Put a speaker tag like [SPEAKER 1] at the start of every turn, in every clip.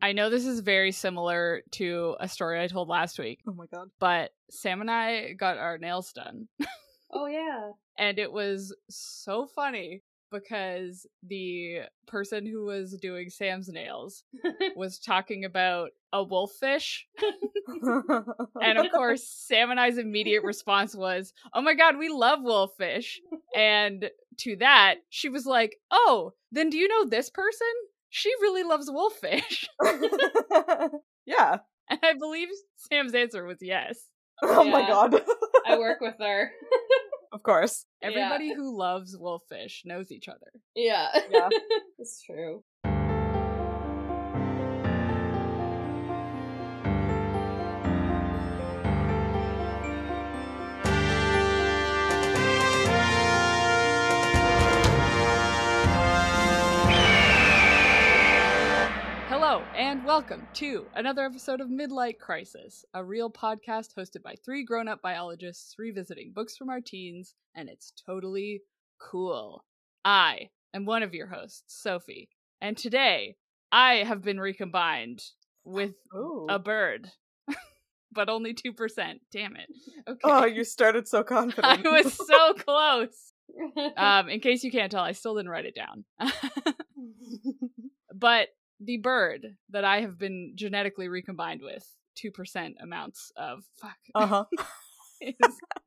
[SPEAKER 1] I know this is very similar to a story I told last week,
[SPEAKER 2] Oh my god.
[SPEAKER 1] but Sam and I got our nails done.
[SPEAKER 3] Oh yeah.
[SPEAKER 1] And it was so funny because the person who was doing Sam's nails was talking about a wolffish. And of course, Sam and I's immediate response was, Oh my God, we love wolffish. And to that, she was like, Oh, then do you know this person? She really loves wolffish.
[SPEAKER 2] yeah.
[SPEAKER 1] And I believe Sam's answer was yes.
[SPEAKER 2] Oh my
[SPEAKER 3] Yeah.
[SPEAKER 2] god.
[SPEAKER 3] I work with her.
[SPEAKER 2] of course.
[SPEAKER 3] Yeah.
[SPEAKER 1] Everybody who loves wolffish knows each other.
[SPEAKER 3] Yeah.
[SPEAKER 2] Yeah.
[SPEAKER 3] it's true.
[SPEAKER 1] Hello, and welcome to another episode of Midlight Crisis, a real podcast hosted by three grown up biologists revisiting books from our teens, and it's totally cool. I am one of your hosts, Sophie, and today I have been recombined with
[SPEAKER 2] Ooh.
[SPEAKER 1] a bird, but only 2%. Damn it. Okay.
[SPEAKER 2] Oh, you started so
[SPEAKER 1] I
[SPEAKER 2] confident.
[SPEAKER 1] was so close. Um, in case you can't tell, I still didn't write it down. but the bird that I have been genetically recombined with two percent amounts of fuck.
[SPEAKER 2] uh huh.
[SPEAKER 1] is,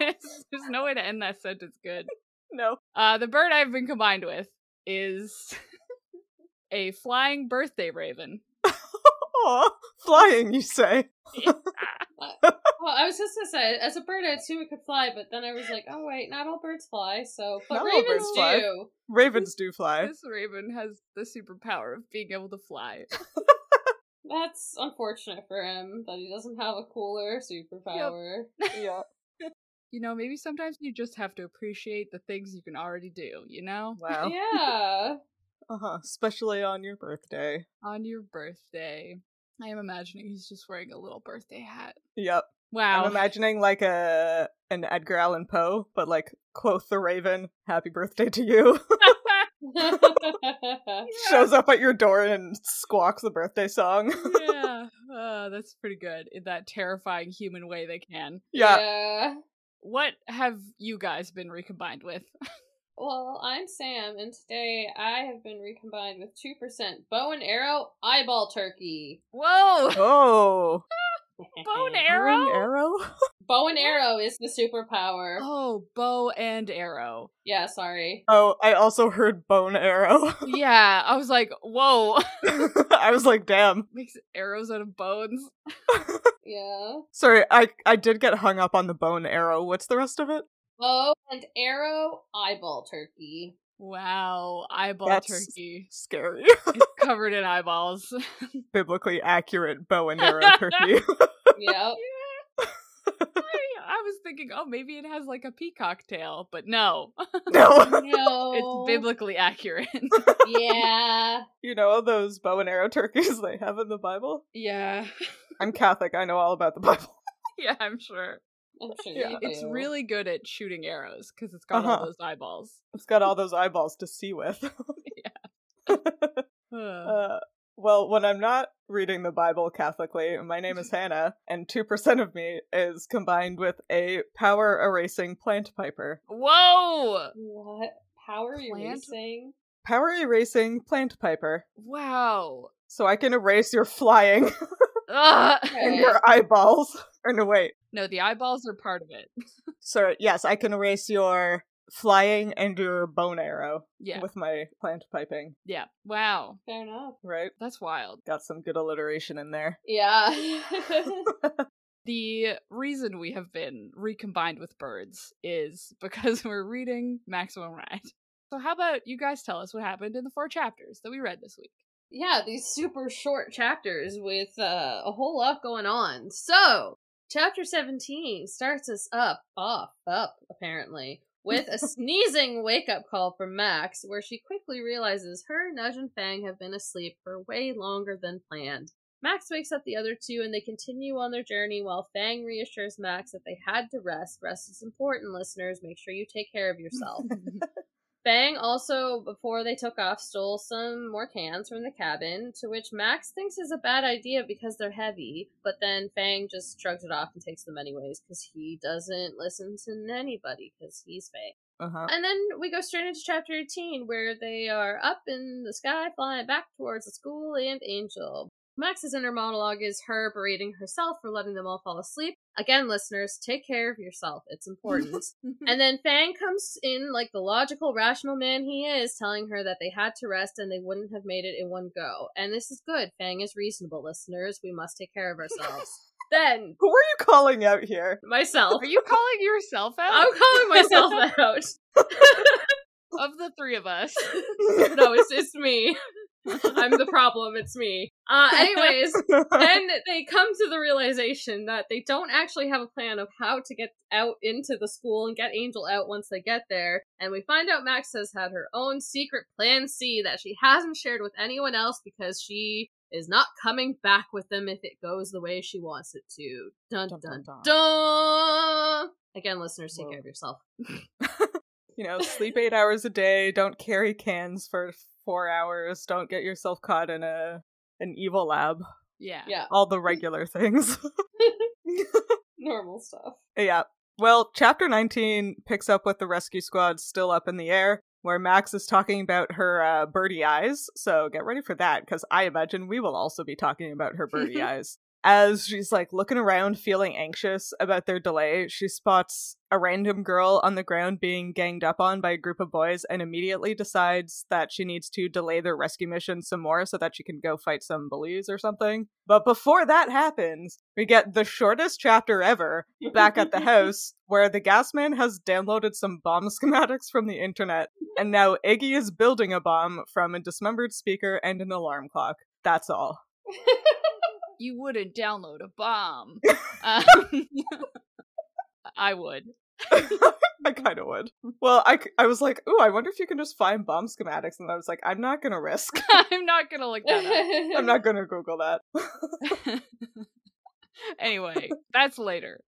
[SPEAKER 1] It's- there's no way to end that sentence good.
[SPEAKER 2] No.
[SPEAKER 1] Uh, the bird I've been combined with is a flying birthday raven.
[SPEAKER 2] Aw, flying, you say?
[SPEAKER 3] well, I was just gonna say, as a bird, I assume it could fly, but then I was like, oh wait, not all birds fly. So, but
[SPEAKER 2] Not all
[SPEAKER 3] ravens
[SPEAKER 2] birds
[SPEAKER 3] do.
[SPEAKER 2] fly. Ravens do fly.
[SPEAKER 1] This raven has the superpower of being able to fly.
[SPEAKER 3] That's unfortunate for him that he doesn't have a cooler superpower.
[SPEAKER 2] Yeah.
[SPEAKER 1] You know, maybe sometimes you just have to appreciate the things you can already do, you know?
[SPEAKER 2] Wow.
[SPEAKER 3] Yeah.
[SPEAKER 2] Uh huh. Especially on your birthday.
[SPEAKER 1] On your birthday. I am imagining he's just wearing a little birthday hat.
[SPEAKER 2] Yep.
[SPEAKER 1] Wow.
[SPEAKER 2] I'm imagining like a an Edgar Allan Poe, but like quoth the Raven, "Happy birthday to you." Shows up at your door and squawks the birthday song.
[SPEAKER 1] yeah, uh, that's pretty good in that terrifying human way they can.
[SPEAKER 2] yeah.
[SPEAKER 3] yeah.
[SPEAKER 1] What have you guys been recombined with?
[SPEAKER 3] Well, I'm Sam, and today I have been recombined with 2% bow and arrow eyeball turkey.
[SPEAKER 1] Whoa,
[SPEAKER 2] Oh.
[SPEAKER 1] bow and
[SPEAKER 2] You're an
[SPEAKER 1] arrow.
[SPEAKER 2] Arrow.
[SPEAKER 3] Bow and arrow is the superpower.
[SPEAKER 1] Oh, bow and arrow.
[SPEAKER 3] Yeah, sorry.
[SPEAKER 2] Oh, I also heard bone arrow.
[SPEAKER 1] Yeah, I was like, whoa,
[SPEAKER 2] I was like, damn.
[SPEAKER 1] makes arrows out of bones.
[SPEAKER 3] Yeah.
[SPEAKER 2] Sorry, I I did get hung up on the bone arrow. What's the rest of it?
[SPEAKER 3] Bow and arrow eyeball turkey.
[SPEAKER 1] Wow, eyeball
[SPEAKER 2] That's-
[SPEAKER 1] turkey.
[SPEAKER 2] Scary.
[SPEAKER 1] It's covered in eyeballs.
[SPEAKER 2] Biblically accurate bow and arrow turkey.
[SPEAKER 3] Yep.
[SPEAKER 1] I, I was thinking, oh, maybe it has like a peacock tail, but no,
[SPEAKER 2] no.
[SPEAKER 3] no.
[SPEAKER 1] it's biblically accurate.
[SPEAKER 3] Yeah.
[SPEAKER 2] You know those bow and arrow turkeys they have in the Bible?
[SPEAKER 1] yeah,
[SPEAKER 2] I'm Catholic. I know all about the Bible.
[SPEAKER 1] yeah, I'm sure.
[SPEAKER 3] I'm sure
[SPEAKER 2] Yeah.
[SPEAKER 3] you
[SPEAKER 1] It's
[SPEAKER 3] do.
[SPEAKER 1] really good at shooting arrows because it's got all
[SPEAKER 2] Uh-huh.
[SPEAKER 1] those eyeballs.
[SPEAKER 2] It's got all those eyeballs to see with.
[SPEAKER 1] Ugh.
[SPEAKER 2] Uh, well, when I'm not reading the Bible Catholicly, my name is Hannah, and 2% of me is combined with a power erasing plant piper.
[SPEAKER 1] Whoa!
[SPEAKER 3] What power are you
[SPEAKER 1] Plant?
[SPEAKER 3] using?
[SPEAKER 2] Power erasing plant piper.
[SPEAKER 1] Wow.
[SPEAKER 2] So I can erase your flying
[SPEAKER 1] Ugh.
[SPEAKER 2] and
[SPEAKER 3] Okay.
[SPEAKER 2] your eyeballs. Or no, wait.
[SPEAKER 1] No, the eyeballs are part of it.
[SPEAKER 2] Sorry, yes, I can erase your flying and your bone arrow
[SPEAKER 1] Yeah.
[SPEAKER 2] with my plant piping,
[SPEAKER 1] Yeah. Wow.
[SPEAKER 3] Fair enough.
[SPEAKER 2] right?
[SPEAKER 1] That's wild.
[SPEAKER 2] Got some good alliteration in there.
[SPEAKER 3] Yeah.
[SPEAKER 1] The reason we have been recombined with birds is because we're reading Maximum Ride. So, how about you guys tell us what happened in the four chapters that we read this week?
[SPEAKER 3] yeah, these super short chapters with uh, a whole lot going on. So, chapter 17 starts us up, up, up, apparently, with a sneezing wake up call from Max, where she quickly realizes her, Nudge, and Fang have been asleep for way longer than planned. Max wakes up the other two and they continue on their journey while Fang reassures Max that they had to rest. Rest is important, listeners. Make sure you take care of yourself. Fang also, before they took off, stole some more cans from the cabin, to which Max thinks is a bad idea because they're heavy, but then Fang just shrugs it off and takes them anyways because he doesn't listen to anybody because he's Fang.
[SPEAKER 2] Uh huh.
[SPEAKER 3] And then we go straight into chapter 18 where they are up in the sky flying back towards the school and Angel. Max's inner monologue is her berating herself for letting them all fall asleep. Again, listeners, take care of yourself. It's important. and then Fang comes in like the logical, rational man he is, telling her that they had to rest and they wouldn't have made it in one go. And this is good. Fang is reasonable, listeners. We must take care of ourselves. then,
[SPEAKER 2] Who are you calling out here?
[SPEAKER 3] myself.
[SPEAKER 1] Are you calling yourself out?
[SPEAKER 3] I'm calling myself out.
[SPEAKER 1] of the three of us.
[SPEAKER 3] no, it's it's me. I'm the problem. It's me. Uh, anyways, then they come to the realization that they don't actually have a plan of how to get out into the school and get Angel out once they get there. And we find out Max has had her own secret plan C that she hasn't shared with anyone else because she is not coming back with them if it goes the way she wants it to. Dun dun
[SPEAKER 2] Dun,
[SPEAKER 3] dun.
[SPEAKER 2] dun,
[SPEAKER 3] dun.
[SPEAKER 2] dun.
[SPEAKER 3] Again, listeners, take
[SPEAKER 2] Whoa.
[SPEAKER 3] care of yourself.
[SPEAKER 2] you know, sleep eight hours a day. Don't carry cans for four hours. Don't get yourself caught in a an evil lab.
[SPEAKER 1] Yeah.
[SPEAKER 3] Yeah,
[SPEAKER 2] All the regular things.
[SPEAKER 3] normal stuff.
[SPEAKER 2] yeah. Well, chapter 19 picks up with the rescue squad still up in the air, where Max is talking about her uh, birdie eyes. So get ready for that, because I imagine we will also be talking about her birdie eyes. As she's like looking around, feeling anxious about their delay, she spots a random girl on the ground being ganged up on by a group of boys and immediately decides that she needs to delay their rescue mission some more so that she can go fight some bullies or something. But before that happens, we get the shortest chapter ever back at the house where the gas man has downloaded some bomb schematics from the internet and now Iggy is building a bomb from a dismembered speaker and an alarm clock. That's all.
[SPEAKER 1] You wouldn't download a bomb. um, I would.
[SPEAKER 2] I kind of would. Well, I, c- I was like, ooh, I wonder if you can just find bomb schematics. And I was like, I'm not going to risk.
[SPEAKER 1] I'm not going to look that up.
[SPEAKER 2] I'm not going to Google that.
[SPEAKER 1] anyway, that's later.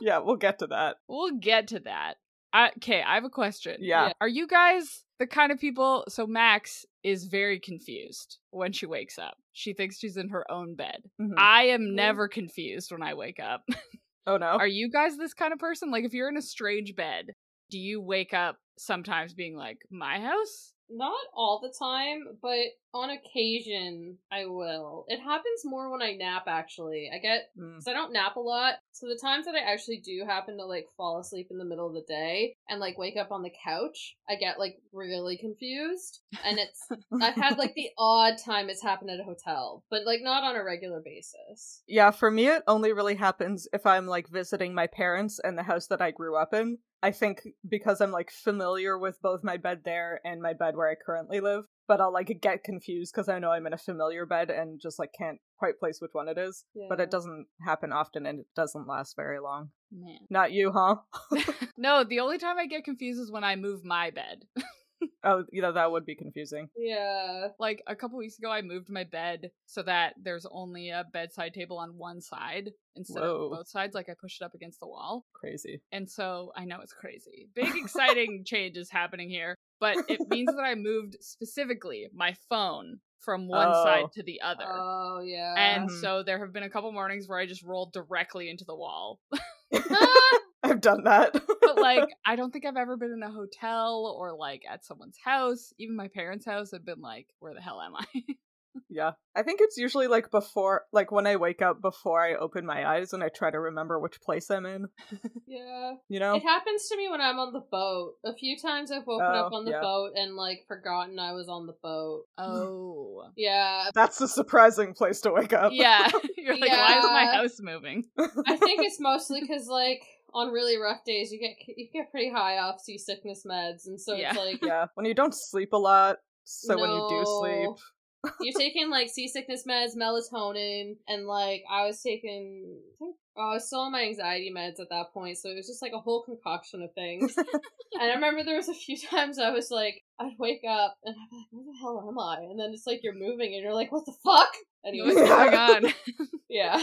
[SPEAKER 2] yeah, we'll get to that.
[SPEAKER 1] We'll get to that. I, okay, I have a question.
[SPEAKER 2] Yeah.
[SPEAKER 1] Are you guys the kind of people? So, Max is very confused when she wakes up. She thinks she's in her own bed.
[SPEAKER 2] Mhm.
[SPEAKER 1] I am
[SPEAKER 3] Mhm.
[SPEAKER 1] never confused when I wake up.
[SPEAKER 2] oh, no.
[SPEAKER 1] Are you guys this kind of person? Like, if you're in a strange bed, do you wake up sometimes being like, my house?
[SPEAKER 3] Not all the time, but on occasion I will. It happens more when I nap actually. I get
[SPEAKER 2] Mm.
[SPEAKER 3] cuz I don't nap a lot. So the times that I actually do happen to like fall asleep in the middle of the day and like wake up on the couch, I get like really confused and it's I've had like the odd time it's happened at a hotel, but like not on a regular basis.
[SPEAKER 2] Yeah, for me, it only really happens if I'm like visiting my parents and the house that I grew up in. I think because I'm like familiar with both my bed there and my bed where I currently live, but I'll like get confused because I know I'm in a familiar bed and just like can't quite place which one it is. But
[SPEAKER 3] Yeah.
[SPEAKER 2] it doesn't happen often and it doesn't last very long.
[SPEAKER 1] Man.
[SPEAKER 2] Not you, huh?
[SPEAKER 1] no, the only time I get confused is when I move my bed.
[SPEAKER 2] Oh, you know, that would be confusing.
[SPEAKER 3] Yeah.
[SPEAKER 1] like a couple weeks ago i moved my bed so that there's only a bedside table on one side instead
[SPEAKER 2] Whoa.
[SPEAKER 1] of both sides like i pushed it up against the wall
[SPEAKER 2] Crazy.
[SPEAKER 1] and so i know it's crazy big exciting change is happening here but it means that i moved specifically my phone from one side
[SPEAKER 2] Oh.
[SPEAKER 1] to the other
[SPEAKER 3] Oh yeah.
[SPEAKER 1] and
[SPEAKER 2] Mhm.
[SPEAKER 1] so there have been a couple mornings where i just rolled directly into the wall
[SPEAKER 2] I've done that.
[SPEAKER 1] but like i don't think i've ever been in a hotel or like at someone's house even my parents house i've been like where the hell am i
[SPEAKER 2] Yeah. I think it's usually like before, like when I wake up before I open my eyes and I try to remember which place I'm in,
[SPEAKER 3] yeah.
[SPEAKER 2] you know?
[SPEAKER 3] It happens to me when I'm on the boat. A few times I've woken up
[SPEAKER 2] Oh,
[SPEAKER 3] on the
[SPEAKER 2] yeah.
[SPEAKER 3] boat and like forgotten I was on the boat.
[SPEAKER 1] oh
[SPEAKER 3] Yeah.
[SPEAKER 2] That's a surprising place to wake up.
[SPEAKER 1] Yeah. You're like, why is my
[SPEAKER 3] Yeah.
[SPEAKER 1] house moving?
[SPEAKER 3] I think it's mostly cuz like on really rough days you get you get pretty high off seasickness meds and so
[SPEAKER 1] Yeah.
[SPEAKER 3] it's like
[SPEAKER 2] yeah. When you don't sleep a lot, so when you do sleep,
[SPEAKER 3] you're taking like seasickness meds, melatonin and like I was taking I think Oh, I was still on my anxiety meds at that point, so it was just like a whole concoction of things. and I remember there was a few times I was like, I'd wake up and I'd be like, where the hell am I? And then it's like you're moving and you're like, what the fuck?
[SPEAKER 1] What's
[SPEAKER 3] Anyway,
[SPEAKER 1] going on?
[SPEAKER 3] Yeah.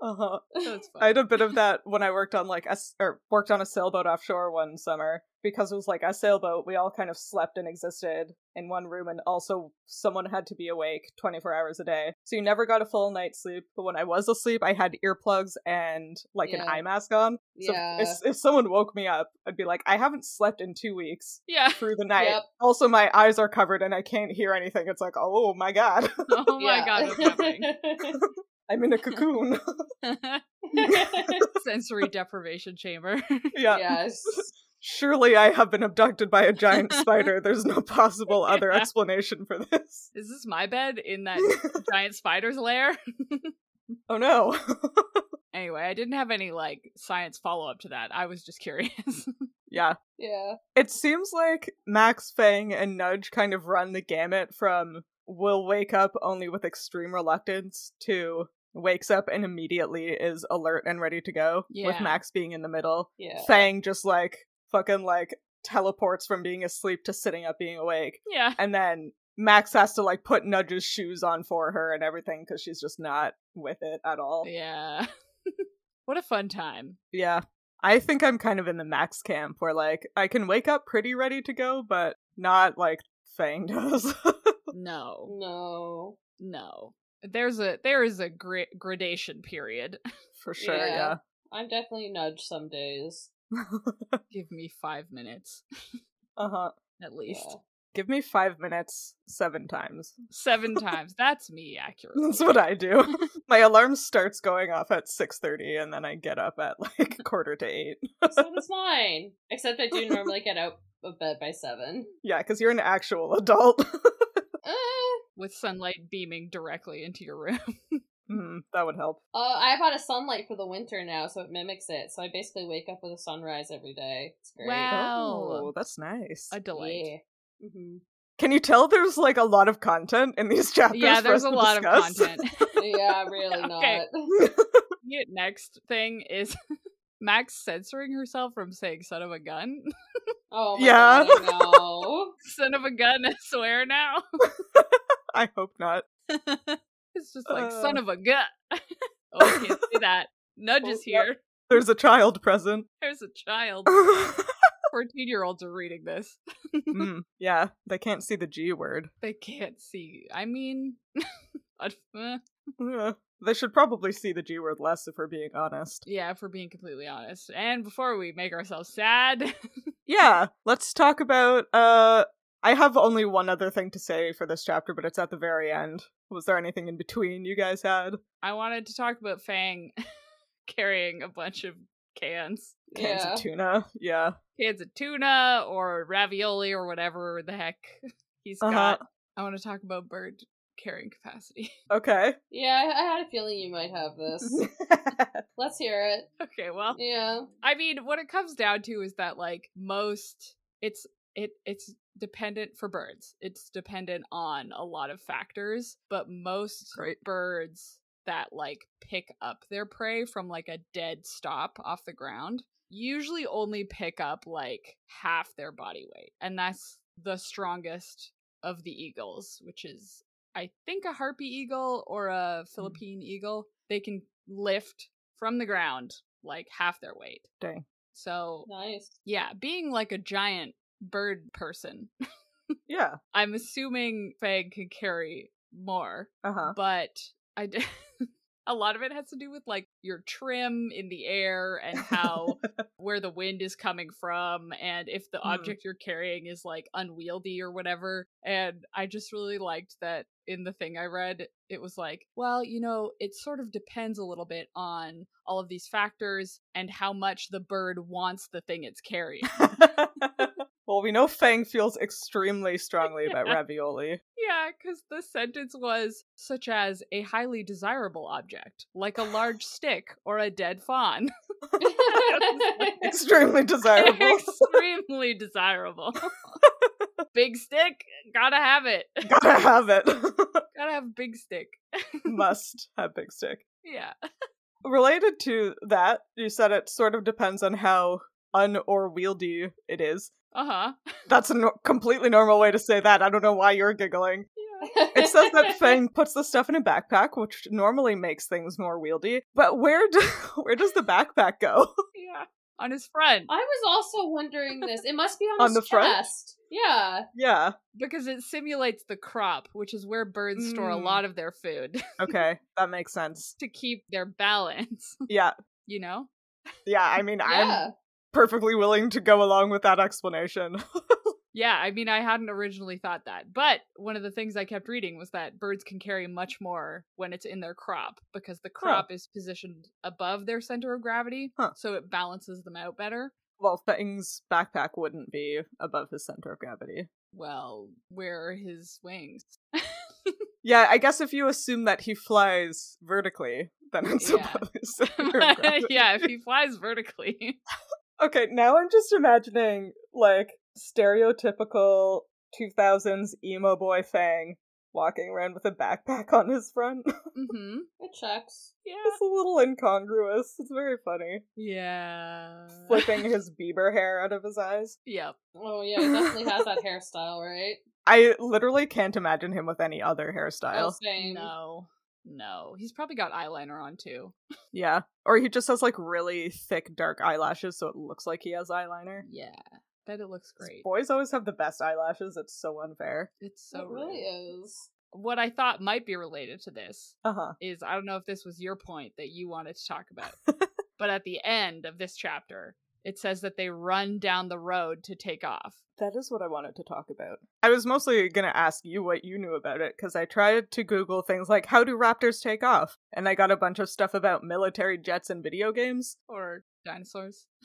[SPEAKER 2] Uh-huh.
[SPEAKER 1] So it's fun.
[SPEAKER 2] I had a bit of that when I worked on like a s- or worked on a sailboat offshore one summer because it was like a sailboat. We all kind of slept and existed in one room, and also someone had to be awake 24 hours a day, so you never got a full night's sleep. But when I was asleep, I had earplugs and like an
[SPEAKER 3] Yeah.
[SPEAKER 2] eye mask on. So
[SPEAKER 3] yeah.
[SPEAKER 2] if, if someone woke me up, I'd be like, I haven't slept in two weeks
[SPEAKER 1] yeah.
[SPEAKER 2] through the night.
[SPEAKER 3] Yep.
[SPEAKER 2] Also, my eyes are covered and I can't hear anything. It's like, oh my god,
[SPEAKER 1] Oh my
[SPEAKER 3] Yeah.
[SPEAKER 1] god, what's happening?
[SPEAKER 2] I'm in a cocoon.
[SPEAKER 1] Sensory deprivation chamber.
[SPEAKER 2] yeah.
[SPEAKER 3] Yes.
[SPEAKER 2] Surely I have been abducted by a giant spider. There's no possible other explanation for this.
[SPEAKER 1] Is this my bed in that giant spider's lair?
[SPEAKER 2] oh no.
[SPEAKER 1] Anyway, I didn't have any like science follow up to that. I was just curious.
[SPEAKER 2] yeah.
[SPEAKER 3] Yeah.
[SPEAKER 2] It seems like Max, Fang, and Nudge kind of run the gamut from will wake up only with extreme reluctance to wakes up and immediately is alert and ready to go, with
[SPEAKER 1] Yeah.
[SPEAKER 2] Max being in the middle.
[SPEAKER 3] Yeah.
[SPEAKER 2] Fang just like fucking like teleports from being asleep to sitting up being awake.
[SPEAKER 1] yeah.
[SPEAKER 2] and then Max has to like put Nudge's shoes on for her and everything because she's just not with it at all.
[SPEAKER 1] Yeah. what a fun time.
[SPEAKER 2] Yeah. I think I'm kind of in the Max camp where like I can wake up pretty ready to go, but not like Fang does.
[SPEAKER 1] No.
[SPEAKER 3] No.
[SPEAKER 1] No. There's a there is a gra- gradation period.
[SPEAKER 2] for sure, yeah.
[SPEAKER 3] Yeah. I'm definitely nudge some days.
[SPEAKER 1] Give me 5 minutes
[SPEAKER 2] uh huh.
[SPEAKER 1] at least.
[SPEAKER 3] Yeah.
[SPEAKER 2] Give me five minutes seven times.
[SPEAKER 1] 7 times. That's me accurately.
[SPEAKER 2] That's what I do. My alarm starts going off at six thirty and then I get up at like quarter to eight.
[SPEAKER 3] so does mine. Except I do normally get out of bed by seven.
[SPEAKER 2] Yeah, because you're an actual adult.
[SPEAKER 3] Uh,
[SPEAKER 1] With sunlight beaming directly into your room.
[SPEAKER 2] mm, that would help.
[SPEAKER 3] uh, I bought a sunlight for the winter now, so it mimics it. So I basically wake up with a sunrise every day. It's great.
[SPEAKER 1] Wow. Ow.
[SPEAKER 2] Oh, that's nice.
[SPEAKER 1] A delight.
[SPEAKER 3] Yeah. Mm-hmm.
[SPEAKER 2] Can you tell there's like a lot of content in these chapters?
[SPEAKER 1] Yeah,
[SPEAKER 2] for
[SPEAKER 1] there's
[SPEAKER 2] us
[SPEAKER 1] a
[SPEAKER 2] to
[SPEAKER 1] lot
[SPEAKER 2] discuss?
[SPEAKER 1] of content.
[SPEAKER 3] yeah, really
[SPEAKER 1] Okay.
[SPEAKER 3] not.
[SPEAKER 1] Yeah, Next thing is Max censoring herself from saying son of a gun.
[SPEAKER 3] Oh my
[SPEAKER 2] Yeah.
[SPEAKER 3] god, I know.
[SPEAKER 1] son of a gun, I swear now.
[SPEAKER 2] I hope not.
[SPEAKER 1] it's just like,
[SPEAKER 2] Uh.
[SPEAKER 1] son of a gun. oh, I can't say that. Nudge
[SPEAKER 2] Well,
[SPEAKER 1] is
[SPEAKER 2] Oh, yep.
[SPEAKER 1] here.
[SPEAKER 2] There's a child present.
[SPEAKER 1] There's a child. 14 year olds are reading this.
[SPEAKER 2] Mm, yeah, they can't see the G word.
[SPEAKER 1] They can't see. I mean, I'd- eh.
[SPEAKER 2] Yeah. They should probably see the G word less if we're being honest.
[SPEAKER 1] yeah, if we're being completely honest. And before we make ourselves sad,
[SPEAKER 2] Yeah, let's talk about. uh I have only one other thing to say for this chapter, but it's at the very end. Was there anything in between you guys had?
[SPEAKER 1] I wanted to talk about Fang carrying a bunch of cans.
[SPEAKER 2] Cans
[SPEAKER 3] Yeah.
[SPEAKER 2] of tuna. Yeah.
[SPEAKER 1] cans of tuna or ravioli or whatever the heck he's
[SPEAKER 2] Uh-huh.
[SPEAKER 1] got. I want to talk about bird carrying capacity.
[SPEAKER 2] Uh-huh. Okay.
[SPEAKER 3] Yeah, I, I had a feeling you might have this. Let's hear it.
[SPEAKER 1] okay, well,
[SPEAKER 3] Yeah.
[SPEAKER 1] I mean, what it comes down to is that like most it's it it's dependent for birds. It's dependent on a lot of factors, but most
[SPEAKER 2] Right.
[SPEAKER 1] birds that like pick up their prey from like a dead stop off the ground usually only pick up like half their body weight. And that's the strongest of the eagles, which is I think a harpy eagle or a
[SPEAKER 2] Mm.
[SPEAKER 1] Philippine eagle. They can lift from the ground like half their weight.
[SPEAKER 2] Dang.
[SPEAKER 1] So,
[SPEAKER 3] Nice.
[SPEAKER 1] yeah, being like a giant bird person,
[SPEAKER 2] Yeah.
[SPEAKER 1] I'm assuming Fang can carry more,
[SPEAKER 2] Uh huh.
[SPEAKER 1] but I d- a lot of it has to do with like your trim in the air and how where the wind is coming from and if the
[SPEAKER 2] Mhm.
[SPEAKER 1] object you're carrying is like unwieldy or whatever. And I just really liked that in the thing I read, it was like, well, you know, it sort of depends a little bit on all of these factors and how much the bird wants the thing it's carrying.
[SPEAKER 2] well, we know Fang feels extremely strongly about ravioli.
[SPEAKER 1] Yeah, because the sentence was such as a highly desirable object, like a large stick or a dead fawn.
[SPEAKER 2] Extremely desirable.
[SPEAKER 1] Extremely desirable. big stick, gotta have it.
[SPEAKER 2] Gotta have it.
[SPEAKER 1] Gotta have big stick.
[SPEAKER 2] Must have big stick.
[SPEAKER 1] Yeah.
[SPEAKER 2] Related to that, you said it sort of depends on how un or wieldy it is.
[SPEAKER 1] Uh huh.
[SPEAKER 2] That's a no- completely normal way to say that. I don't know why you're giggling. It says that Fang puts the stuff in a backpack, which normally makes things more wieldy. But where do, where does the backpack go?
[SPEAKER 1] yeah. On his front.
[SPEAKER 3] I was also wondering this. It must be on,
[SPEAKER 2] On
[SPEAKER 3] his
[SPEAKER 2] the front?
[SPEAKER 3] chest. Yeah.
[SPEAKER 2] Yeah.
[SPEAKER 1] Because it simulates the crop, which is where birds store a
[SPEAKER 2] Mm.
[SPEAKER 1] lot of their food
[SPEAKER 2] Okay, that makes sense.
[SPEAKER 1] to keep their balance,
[SPEAKER 2] Yeah.
[SPEAKER 1] you know?
[SPEAKER 2] Yeah, I mean, I'm
[SPEAKER 3] Yeah.
[SPEAKER 2] perfectly willing to go along with that explanation.
[SPEAKER 1] Yeah, I mean, I hadn't originally thought that. But one of the things I kept reading was that birds can carry much more when it's in their crop because the crop is positioned above their center of gravity,
[SPEAKER 2] Huh.
[SPEAKER 1] so it balances them out better.
[SPEAKER 2] well, Fang's backpack wouldn't be above his center of gravity.
[SPEAKER 1] Well, where are his wings?
[SPEAKER 2] Yeah, I guess if you assume that he flies vertically, then it's
[SPEAKER 1] Yeah.
[SPEAKER 2] above his center of gravity.
[SPEAKER 1] yeah, if he flies vertically.
[SPEAKER 2] Okay, now I'm just imagining like stereotypical 2000s emo boy Fang walking around with a backpack on his front.
[SPEAKER 1] hmm
[SPEAKER 3] It checks.
[SPEAKER 1] Yeah.
[SPEAKER 2] it's a little incongruous. It's very funny.
[SPEAKER 1] Yeah.
[SPEAKER 2] Flipping his Bieber hair out of his eyes.
[SPEAKER 1] Yep.
[SPEAKER 3] Oh yeah, he definitely has that hairstyle, right?
[SPEAKER 2] I literally can't imagine him with any other
[SPEAKER 3] Oh,
[SPEAKER 2] hairstyle.
[SPEAKER 3] same.
[SPEAKER 1] No. No. He's probably got eyeliner on too.
[SPEAKER 2] Yeah. Or he just has like really thick dark eyelashes so it looks like he has eyeliner.
[SPEAKER 1] Yeah. Bet it looks great.
[SPEAKER 2] Boys always have the best eyelashes. It's so unfair.
[SPEAKER 1] It's so
[SPEAKER 3] So it really
[SPEAKER 1] rude.
[SPEAKER 3] is.
[SPEAKER 1] What I thought might be related to this
[SPEAKER 2] Uh-huh.
[SPEAKER 1] is I don't know if this was your point that you wanted to talk about, but at the end of this chapter, it says that they run down the road to take off.
[SPEAKER 2] That is what I wanted to talk about. I was mostly going to ask you what you knew about it because I tried to Google things like how do raptors take off? And I got a bunch of stuff about military jets and video games.
[SPEAKER 1] Or dinosaurs.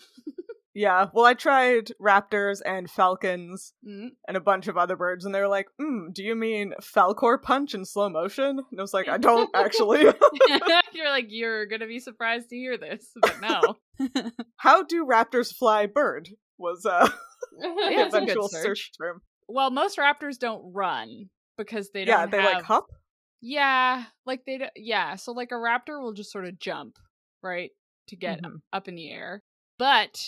[SPEAKER 2] Yeah, well, I tried raptors and falcons
[SPEAKER 1] Mm.
[SPEAKER 2] and a bunch of other birds, and they were like, mm, do you mean falcor punch in slow motion? And I was like, I don't actually.
[SPEAKER 1] you're like, you're going to be surprised to hear this, but no.
[SPEAKER 2] how do raptors fly bird? Was uh, the
[SPEAKER 1] Yeah, it's a good
[SPEAKER 2] eventual
[SPEAKER 1] search.
[SPEAKER 2] search term.
[SPEAKER 1] well, most raptors don't run because they don't
[SPEAKER 2] yeah, they
[SPEAKER 1] have...
[SPEAKER 2] like hop.
[SPEAKER 1] Yeah, like they don't... yeah, so like a raptor will just sort of jump, right, to get
[SPEAKER 2] Mhm.
[SPEAKER 1] up in the air. But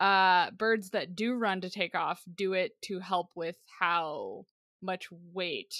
[SPEAKER 1] uh birds that do run to take off do it to help with how much weight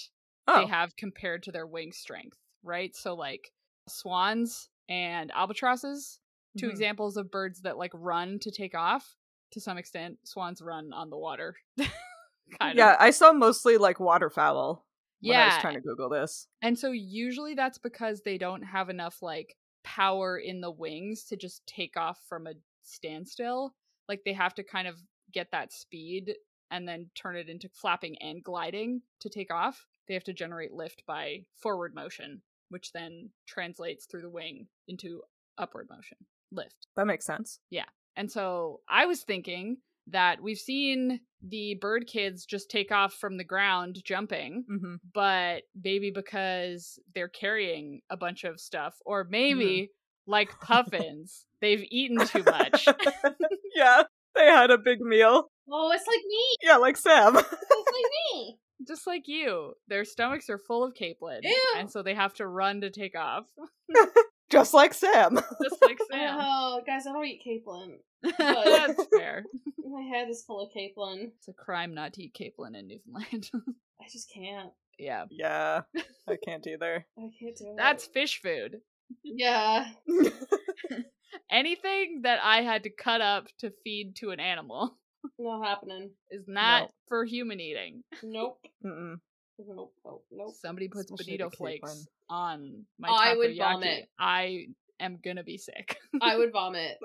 [SPEAKER 1] they
[SPEAKER 2] Oh,
[SPEAKER 1] have compared to their wing strength, right? So like swans and albatrosses, 2
[SPEAKER 2] mhm.
[SPEAKER 1] examples of birds that like run to take off. To some extent, swans run on the water. kind
[SPEAKER 2] yeah,
[SPEAKER 1] of.
[SPEAKER 2] I saw mostly like waterfowl when I was
[SPEAKER 1] Yeah.
[SPEAKER 2] trying to Google this.
[SPEAKER 1] And so usually that's because they don't have enough like power in the wings to just take off from a standstill. Like they have to kind of get that speed and then turn it into flapping and gliding to take off. They have to generate lift by forward motion, which then translates through the wing into upward motion, lift.
[SPEAKER 2] That makes sense.
[SPEAKER 1] And so I was thinking that we've seen the bird kids just take off from the ground jumping,
[SPEAKER 2] hmm
[SPEAKER 1] but maybe because they're carrying a bunch of stuff, or maybe like puffins, they've eaten too much.
[SPEAKER 2] yeah, they had a big meal.
[SPEAKER 3] Oh, it's like me.
[SPEAKER 2] Yeah, like Sam.
[SPEAKER 3] It's like me.
[SPEAKER 1] Just like you, their stomachs are full of capelin,
[SPEAKER 3] Ew.
[SPEAKER 1] and so they have to run to take off,
[SPEAKER 2] Just like Sam.
[SPEAKER 1] just like Sam.
[SPEAKER 3] Oh, guys, I don't eat capelin.
[SPEAKER 1] That's fair.
[SPEAKER 3] My head is full of capelin.
[SPEAKER 1] It's a crime not to eat capelin in Newfoundland.
[SPEAKER 3] I just can't.
[SPEAKER 1] yeah,
[SPEAKER 2] Yeah, I can't either.
[SPEAKER 3] I can't do it.
[SPEAKER 1] that's fish food.
[SPEAKER 3] yeah.
[SPEAKER 1] Anything that I had to cut up to feed to an animal
[SPEAKER 3] Not happening.
[SPEAKER 1] is not for human eating.
[SPEAKER 3] Nope.
[SPEAKER 2] Mm-mm.
[SPEAKER 3] Nope. Nope. Nope.
[SPEAKER 1] somebody puts
[SPEAKER 2] Especially
[SPEAKER 1] bonito
[SPEAKER 2] the cake
[SPEAKER 1] flakes
[SPEAKER 2] one.
[SPEAKER 1] on my
[SPEAKER 3] Oh, I
[SPEAKER 1] takoyaki,
[SPEAKER 3] would vomit.
[SPEAKER 1] I am gonna be sick.
[SPEAKER 3] I would vomit.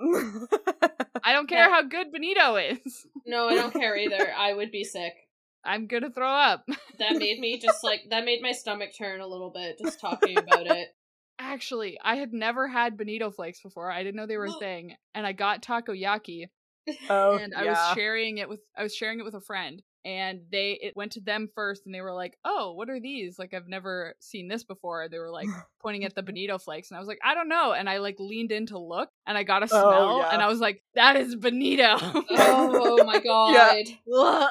[SPEAKER 1] I don't care
[SPEAKER 3] Yeah.
[SPEAKER 1] how good bonito is.
[SPEAKER 3] No, I don't care either. I would be sick.
[SPEAKER 1] I'm gonna throw up.
[SPEAKER 3] That made me just like that made my stomach turn a little bit just talking about it.
[SPEAKER 1] Actually, I had never had bonito flakes before. I didn't know they were a
[SPEAKER 3] Well-
[SPEAKER 1] thing, and I got takoyaki,
[SPEAKER 2] oh,
[SPEAKER 1] and I was
[SPEAKER 2] yeah.
[SPEAKER 1] sharing it with I was sharing it with a friend, and they it went to them first, and they were like, "Oh, what are these? Like I've never seen this before." They were like pointing at the bonito flakes, and I was like, "I don't know," and I like leaned in to look, and I got a smell,
[SPEAKER 2] yeah.
[SPEAKER 1] and I was like, "That is bonito."
[SPEAKER 3] Oh my god.
[SPEAKER 1] Ugh.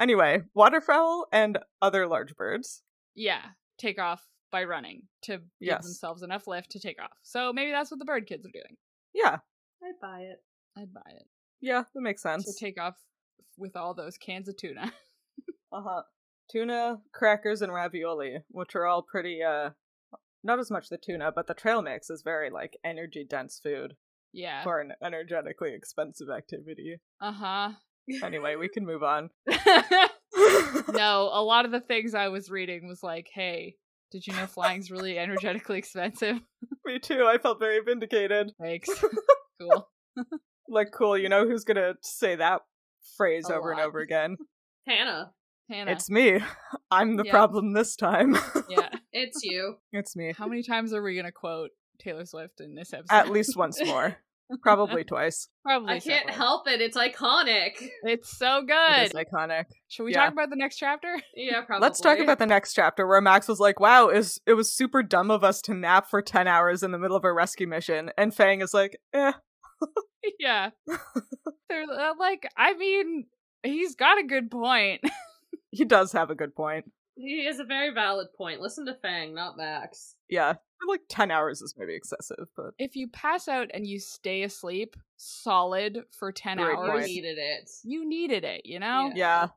[SPEAKER 2] Anyway, waterfowl and other large birds.
[SPEAKER 1] yeah, take off by running to give
[SPEAKER 2] Yes.
[SPEAKER 1] themselves enough lift to take off. So maybe that's what the bird kids are doing.
[SPEAKER 2] Yeah,
[SPEAKER 3] I buy it.
[SPEAKER 1] I'd buy it.
[SPEAKER 2] yeah, that makes sense.
[SPEAKER 1] So take off with all those cans of tuna.
[SPEAKER 2] uh huh. tuna, crackers, and ravioli, which are all pretty uh not as much the tuna, but the trail mix is very like energy dense food
[SPEAKER 1] Yeah.
[SPEAKER 2] for an energetically expensive activity.
[SPEAKER 1] Uh
[SPEAKER 2] Anyway, we can move on.
[SPEAKER 1] huh. no, a lot of the things I was reading was like, hey, did you know flying's really energetically expensive?
[SPEAKER 2] Me too. I felt very vindicated.
[SPEAKER 1] Thanks. cool.
[SPEAKER 2] Like cool, you know who's going to say that phrase
[SPEAKER 1] A
[SPEAKER 2] over and
[SPEAKER 1] lot.
[SPEAKER 2] over again?
[SPEAKER 3] Hannah,
[SPEAKER 1] Hannah.
[SPEAKER 2] It's me. I'm the
[SPEAKER 1] Yeah.
[SPEAKER 2] problem this time.
[SPEAKER 1] yeah.
[SPEAKER 3] it's you.
[SPEAKER 2] it's me.
[SPEAKER 1] How many times are we going to quote Taylor Swift in this episode?
[SPEAKER 2] At least once more. Probably twice.
[SPEAKER 1] Probably.
[SPEAKER 3] I can't
[SPEAKER 1] several.
[SPEAKER 3] help it. It's iconic.
[SPEAKER 1] It's so
[SPEAKER 2] It
[SPEAKER 1] good.
[SPEAKER 2] is iconic.
[SPEAKER 1] Should we
[SPEAKER 2] yeah.
[SPEAKER 1] talk about the next chapter?
[SPEAKER 3] Yeah, probably.
[SPEAKER 2] Let's talk about the next chapter where Max was like, "Wow, is it was super dumb of us to nap for ten hours in the middle of a rescue mission," and Fang is like, "Eh,
[SPEAKER 1] yeah. They're uh, like, I mean, he's got a good point.
[SPEAKER 2] he does have a good point."
[SPEAKER 3] He is a very valid point. Listen to Fang, not Max.
[SPEAKER 2] Yeah, like ten hours is maybe excessive, but
[SPEAKER 1] if you pass out and you stay asleep solid for 10
[SPEAKER 2] Great
[SPEAKER 1] hours,
[SPEAKER 3] You
[SPEAKER 2] point.
[SPEAKER 3] needed it.
[SPEAKER 1] you needed it, you know?
[SPEAKER 2] yeah,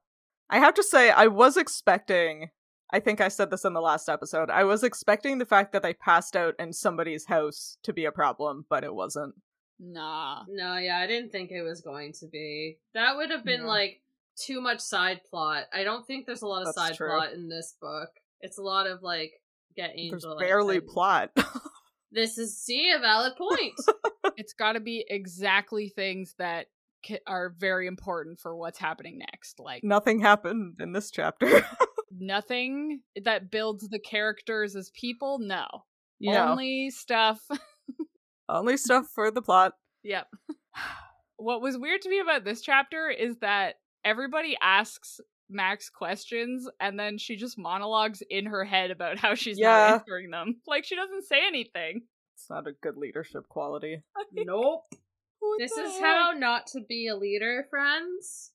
[SPEAKER 2] I have to say, I was expecting. I think I said this in the last episode. I was expecting the fact that they passed out in somebody's house to be a problem, but it wasn't.
[SPEAKER 1] Nah.
[SPEAKER 3] No, yeah, I didn't think it was going to be. That would have been
[SPEAKER 2] No.
[SPEAKER 3] like too much side plot. I don't think there's a lot of
[SPEAKER 2] That's
[SPEAKER 3] side
[SPEAKER 2] true.
[SPEAKER 3] plot in this book. It's a lot of like get
[SPEAKER 2] There's
[SPEAKER 3] angel. like,
[SPEAKER 2] barely Oh
[SPEAKER 3] and-
[SPEAKER 2] plot.
[SPEAKER 3] This is see a valid point.
[SPEAKER 1] it's got to be exactly things that ca- are very important for what's happening next. Like
[SPEAKER 2] Nothing happened in this chapter.
[SPEAKER 1] nothing that builds the characters as people. No.
[SPEAKER 2] Yeah.
[SPEAKER 1] Only stuff.
[SPEAKER 2] Only stuff for the plot.
[SPEAKER 1] yep. What was weird to me about this chapter is that everybody asks Max questions and then she just monologues in her head about how she's
[SPEAKER 2] Yeah.
[SPEAKER 1] not answering them. Like she doesn't say anything.
[SPEAKER 2] It's not a good leadership quality.
[SPEAKER 3] nope.
[SPEAKER 1] What
[SPEAKER 3] This
[SPEAKER 1] the
[SPEAKER 3] is
[SPEAKER 1] heck?
[SPEAKER 3] how not to be a leader, friends.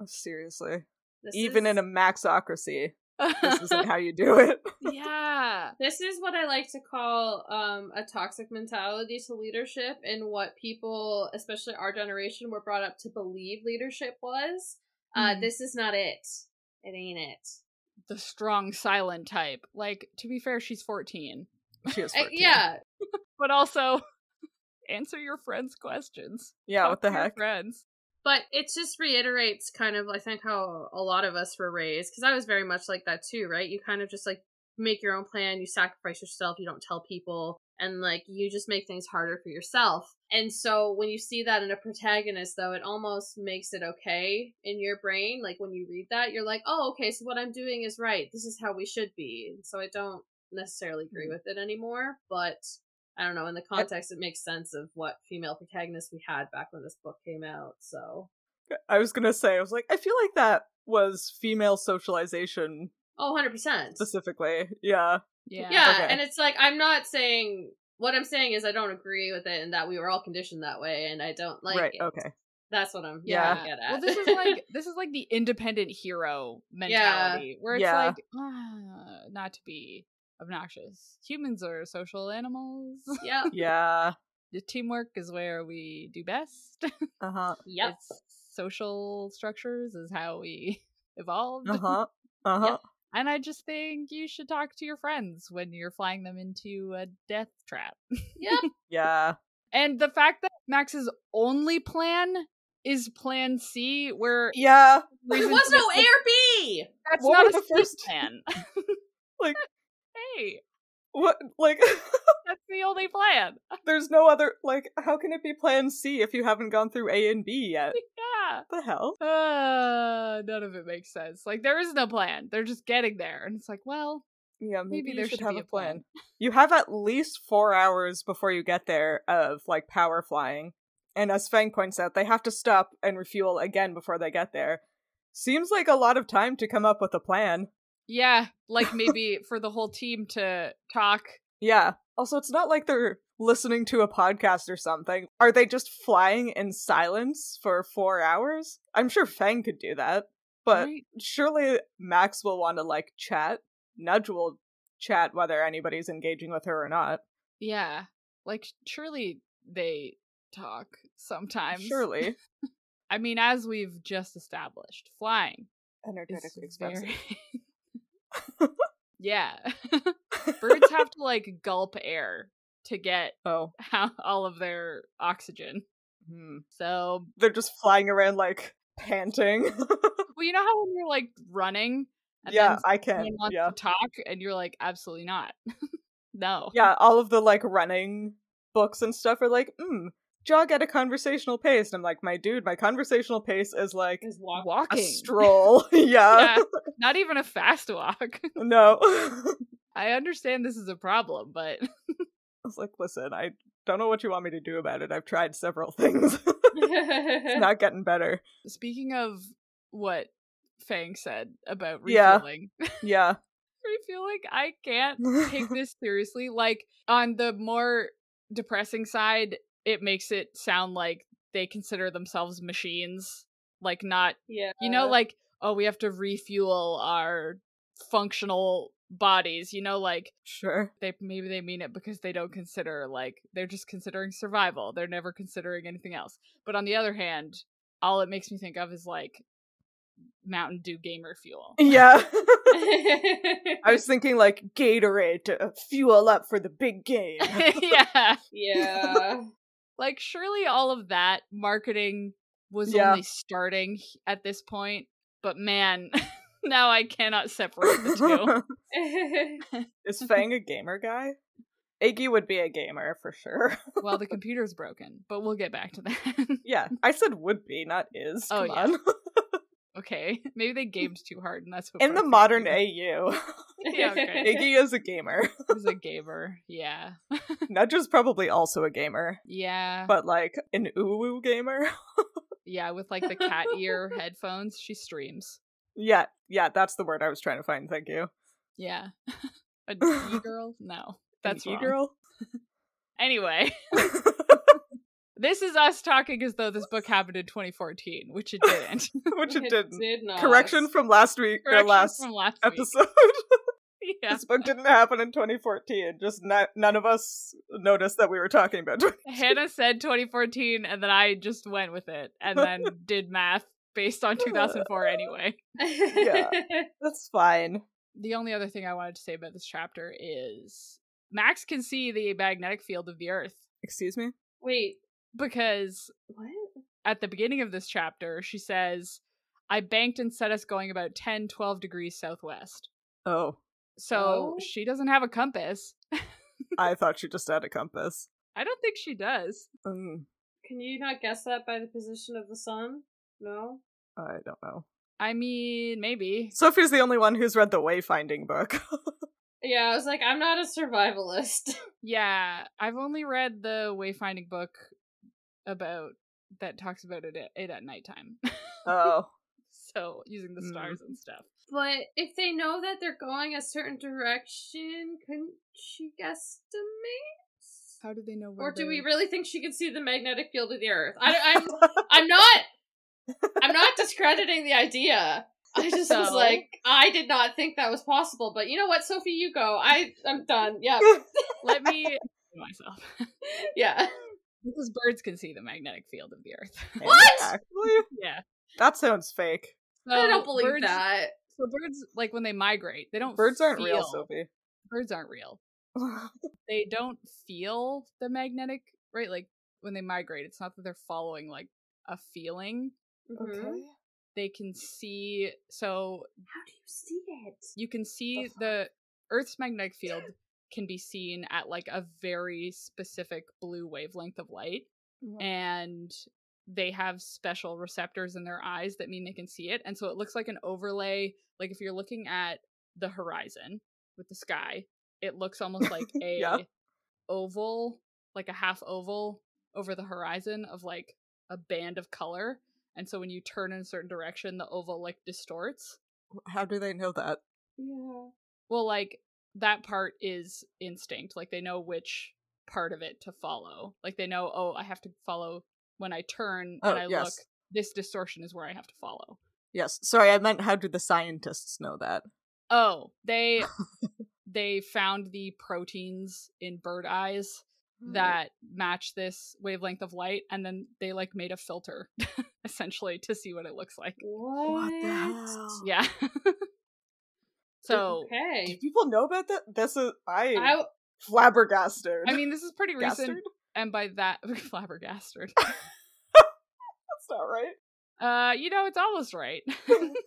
[SPEAKER 2] Oh, Seriously.
[SPEAKER 3] This
[SPEAKER 2] Even
[SPEAKER 3] is-
[SPEAKER 2] in a maxocracy, this isn't how you do it.
[SPEAKER 1] yeah.
[SPEAKER 3] This is what I like to call um, a toxic mentality to leadership, and what people, especially our generation, were brought up to believe leadership was. Uh,
[SPEAKER 1] Mhm.
[SPEAKER 3] This is not it. It ain't it.
[SPEAKER 1] The strong silent type. Like to be fair, she's 14.
[SPEAKER 2] She is
[SPEAKER 3] Uh,
[SPEAKER 2] 14.
[SPEAKER 3] yeah,
[SPEAKER 1] but also answer your friends' questions.
[SPEAKER 2] Yeah,
[SPEAKER 1] Talk
[SPEAKER 2] what the
[SPEAKER 1] to your
[SPEAKER 2] heck?
[SPEAKER 1] friends.
[SPEAKER 3] but it just reiterates kind of, I think, how a lot of us were raised, because I was very much like that too, right? You kind of just like make your own plan, you sacrifice yourself, you don't tell people, and like you just make things harder for yourself. And so when you see that in a protagonist, though, it almost makes it okay in your brain. Like when you read that, you're like, oh, okay, so what I'm doing is right. This is how we should be. And so I don't necessarily agree with it anymore, but I don't know. In the context, it makes sense of what female protagonists we had back when this book came out. So,
[SPEAKER 2] I was going to say, I was like, I feel like that was female socialization
[SPEAKER 3] oh, 100%.
[SPEAKER 2] specifically. Yeah.
[SPEAKER 1] Yeah.
[SPEAKER 3] yeah.
[SPEAKER 2] Okay.
[SPEAKER 3] And it's like, I'm not saying, what I'm saying is, I don't agree with it and that we were all conditioned that way. And I don't like
[SPEAKER 2] right.
[SPEAKER 3] it.
[SPEAKER 2] Okay.
[SPEAKER 3] That's what I'm
[SPEAKER 2] Yeah.
[SPEAKER 3] yeah. at.
[SPEAKER 1] Well, this is like this is like the independent hero mentality, where it's
[SPEAKER 2] Yeah.
[SPEAKER 1] like ah, not to be obnoxious. Humans are social animals.
[SPEAKER 3] yep.
[SPEAKER 2] Yeah.
[SPEAKER 1] the teamwork is where we do best.
[SPEAKER 2] Uh huh.
[SPEAKER 3] Yep.
[SPEAKER 1] It's social structures is how we evolved.
[SPEAKER 3] Uh-huh.
[SPEAKER 2] Uh huh. Uh huh.
[SPEAKER 1] And I just think you should talk to your friends when you're flying them into a death trap.
[SPEAKER 3] Yep.
[SPEAKER 2] Yeah.
[SPEAKER 1] And the fact that Max's only plan is plan C, where
[SPEAKER 2] Yeah.
[SPEAKER 3] There
[SPEAKER 1] reason
[SPEAKER 3] was
[SPEAKER 1] to
[SPEAKER 3] no
[SPEAKER 1] escape-
[SPEAKER 3] Air B.
[SPEAKER 1] That's
[SPEAKER 2] What
[SPEAKER 1] not
[SPEAKER 2] were
[SPEAKER 1] a
[SPEAKER 2] the
[SPEAKER 1] C
[SPEAKER 2] first-
[SPEAKER 1] plan.
[SPEAKER 2] Like-
[SPEAKER 1] hey,
[SPEAKER 2] What? Like,
[SPEAKER 1] that's the only plan.
[SPEAKER 2] there's no other. Like, how can it be plan C if you haven't gone through A and B yet?
[SPEAKER 1] Yeah.
[SPEAKER 2] What the hell?
[SPEAKER 1] Uh, none of it makes sense. Like there is no plan. They're just getting there, and it's like, well,
[SPEAKER 2] Yeah, maybe,
[SPEAKER 1] Maybe
[SPEAKER 2] you
[SPEAKER 1] there
[SPEAKER 2] should
[SPEAKER 1] should
[SPEAKER 2] have
[SPEAKER 1] be
[SPEAKER 2] a
[SPEAKER 1] a plan.
[SPEAKER 2] plan. You have at least four hours before you get there of like power flying. And as Fang points out, they have to stop and refuel again before they get there. Seems like a lot of time to come up with a plan.
[SPEAKER 1] yeah, like maybe for the whole team to talk.
[SPEAKER 2] Yeah. Also, it's not like they're listening to a podcast or something. Are they just flying in silence for four hours? I'm sure Fang could do that, but
[SPEAKER 1] right?
[SPEAKER 2] surely Max will want to like chat. Nudge will chat whether anybody's engaging with her or not.
[SPEAKER 1] yeah, like surely they talk sometimes.
[SPEAKER 2] Surely.
[SPEAKER 1] I mean, as we've just established, flying is
[SPEAKER 2] energetically
[SPEAKER 1] very Yeah. Birds have to like gulp air to get
[SPEAKER 2] Oh,
[SPEAKER 1] ho- all of their oxygen.
[SPEAKER 2] hmm.
[SPEAKER 1] So,
[SPEAKER 2] they're just flying around like panting.
[SPEAKER 1] well, you know how when you're like running and
[SPEAKER 2] yeah,
[SPEAKER 1] then
[SPEAKER 2] I can.
[SPEAKER 1] someone wants
[SPEAKER 2] Yeah,
[SPEAKER 1] to talk and you're like, absolutely not. no.
[SPEAKER 2] yeah. All of the like running books and stuff are like, mm, jog at a conversational pace, and I'm like, my dude, my conversational pace is like
[SPEAKER 3] Is walk-
[SPEAKER 2] a
[SPEAKER 1] Walking.
[SPEAKER 2] stroll. yeah.
[SPEAKER 1] Yeah, not even a fast walk.
[SPEAKER 2] no.
[SPEAKER 1] I understand this is a problem, but
[SPEAKER 2] I was like, listen, I don't know what you want me to do about it. I've tried several things. it's not getting better.
[SPEAKER 1] speaking of what Fang said about
[SPEAKER 2] Yeah.
[SPEAKER 1] refueling,
[SPEAKER 2] Yeah.
[SPEAKER 1] refueling, I can't take this seriously. Like on the more depressing side, it makes it sound like they consider themselves machines, like not
[SPEAKER 3] yeah.
[SPEAKER 1] you know like oh we have to refuel our functional bodies, you know like
[SPEAKER 2] sure.
[SPEAKER 1] they maybe they mean it because they don't consider like they're just considering survival. They're never considering anything else. But on the other hand, all it makes me think of is like Mountain Dew gamer fuel.
[SPEAKER 2] Yeah. I
[SPEAKER 3] I
[SPEAKER 2] was thinking like Gatorade to fuel up for the big game.
[SPEAKER 1] yeah.
[SPEAKER 3] yeah.
[SPEAKER 1] Like surely all of that marketing was
[SPEAKER 2] Yeah.
[SPEAKER 1] only starting at this point, but man, now I cannot separate the two. Mm-hmm.
[SPEAKER 2] Is Fang a gamer guy? Iggy would be a gamer for sure.
[SPEAKER 1] well, the computer's broken, but we'll get back to that.
[SPEAKER 2] yeah, I said would be, not is.
[SPEAKER 1] Oh,
[SPEAKER 2] Come
[SPEAKER 1] yeah.
[SPEAKER 2] on.
[SPEAKER 1] okay. Maybe they gamed too hard and that's what
[SPEAKER 2] In the
[SPEAKER 1] broke
[SPEAKER 2] modern
[SPEAKER 1] computer.
[SPEAKER 2] AU,
[SPEAKER 1] Yeah, okay.
[SPEAKER 2] Iggy is a gamer.
[SPEAKER 1] He's a gamer. Yeah.
[SPEAKER 2] Nudger's probably also a gamer,
[SPEAKER 1] Yeah.
[SPEAKER 2] but like an uwu gamer.
[SPEAKER 1] Yeah, with like the cat ear headphones, she streams.
[SPEAKER 2] yeah, yeah, that's the word I was trying to find. Thank you.
[SPEAKER 1] Yeah. A D girl? No. That's wrong.
[SPEAKER 2] E girl.
[SPEAKER 1] Anyway, this is us talking as though this book happened in 2014, which it didn't.
[SPEAKER 2] Which it didn't.
[SPEAKER 3] Did not.
[SPEAKER 2] Correction from last week
[SPEAKER 1] Correction
[SPEAKER 2] or last
[SPEAKER 1] from last
[SPEAKER 2] episode.
[SPEAKER 1] week. Yeah.
[SPEAKER 2] This book didn't happen in 2014. Just no- none of us noticed that we were talking about.
[SPEAKER 1] Hannah said 2014, and then I just went with it, and then did math based on 2004 anyway.
[SPEAKER 2] Yeah. That's fine.
[SPEAKER 1] the only other thing I wanted to say about this chapter is Max can see the magnetic field of the Earth
[SPEAKER 2] Excuse me.
[SPEAKER 3] Wait.
[SPEAKER 1] because
[SPEAKER 3] What?
[SPEAKER 1] at the beginning of this chapter, she says, I banked and set us going about 10, 12 degrees southwest.
[SPEAKER 2] Oh,
[SPEAKER 1] So
[SPEAKER 3] Oh.
[SPEAKER 1] she doesn't have a compass.
[SPEAKER 2] I thought she just had a compass.
[SPEAKER 1] I don't think she does.
[SPEAKER 2] Mm,
[SPEAKER 3] Can you not guess that by the position of the sun? No.
[SPEAKER 2] I don't know.
[SPEAKER 1] I mean, maybe.
[SPEAKER 2] Sophie's the only one who's read the wayfinding book.
[SPEAKER 3] Yeah, I was like, I'm not a survivalist.
[SPEAKER 1] Yeah, I've only read the wayfinding book about that talks about it at, it at nighttime.
[SPEAKER 2] oh,
[SPEAKER 1] so using the
[SPEAKER 2] Mm.
[SPEAKER 1] stars and stuff.
[SPEAKER 3] but if they know that they're going a certain direction, couldn't she guesstimate?
[SPEAKER 1] How do they know where
[SPEAKER 3] Or do we
[SPEAKER 1] they're-
[SPEAKER 3] really think she could see the magnetic field of the Earth? I, I'm, I'm not. I'm not discrediting the idea. I just was
[SPEAKER 1] So?
[SPEAKER 3] like, I did not think that was possible. But you know what, Sophie, you go. I, I'm done. Yeah,
[SPEAKER 1] Let me myself.
[SPEAKER 3] yeah.
[SPEAKER 1] Because birds can see the magnetic field of the earth.
[SPEAKER 3] What?
[SPEAKER 2] Actually,
[SPEAKER 1] yeah.
[SPEAKER 2] that sounds fake.
[SPEAKER 3] I
[SPEAKER 1] So
[SPEAKER 3] don't believe
[SPEAKER 1] birds-
[SPEAKER 3] that.
[SPEAKER 1] So birds, like when they migrate, they don't.
[SPEAKER 2] Birds aren't real,
[SPEAKER 1] feel-
[SPEAKER 2] Sophie.
[SPEAKER 1] Birds aren't real. They don't feel the magnetic, right? Like when they migrate, it's not that they're following like a feeling.
[SPEAKER 3] Mhm. How do you
[SPEAKER 1] They can see. So
[SPEAKER 3] see it?
[SPEAKER 1] you can see
[SPEAKER 2] fuck?
[SPEAKER 1] the Earth's magnetic field can be seen at like a very specific blue wavelength of light.
[SPEAKER 2] Oh.
[SPEAKER 1] and they have special receptors in their eyes that mean they can see it and so it looks like an overlay like if you're looking at the horizon with the sky it looks almost like a
[SPEAKER 2] Yeah.
[SPEAKER 1] oval like a half oval over the horizon of like a band of color and so when you turn in a certain direction the oval like distorts
[SPEAKER 2] How do they know that?
[SPEAKER 3] Yeah.
[SPEAKER 1] well like that part is instinct like they know which part of it to follow like they know oh i have to follow when i turn
[SPEAKER 2] Oh,
[SPEAKER 1] and i
[SPEAKER 2] yes.
[SPEAKER 1] look this distortion is where i have to follow
[SPEAKER 2] Yes. Sorry, I meant how do the scientists know that?
[SPEAKER 1] oh they they found the proteins in bird eyes
[SPEAKER 2] Mm.
[SPEAKER 1] that match this wavelength of light and then they like made a filter essentially to see what it looks like
[SPEAKER 3] What?
[SPEAKER 2] What the hell?
[SPEAKER 1] yeah So
[SPEAKER 2] Do
[SPEAKER 3] okay.
[SPEAKER 2] people know about that? This is I,
[SPEAKER 3] I
[SPEAKER 2] flabbergasted.
[SPEAKER 1] I mean, this is pretty recent,
[SPEAKER 2] Gastered?
[SPEAKER 1] and by that flabbergasted.
[SPEAKER 2] that's not right.
[SPEAKER 1] Uh, you know, it's almost right.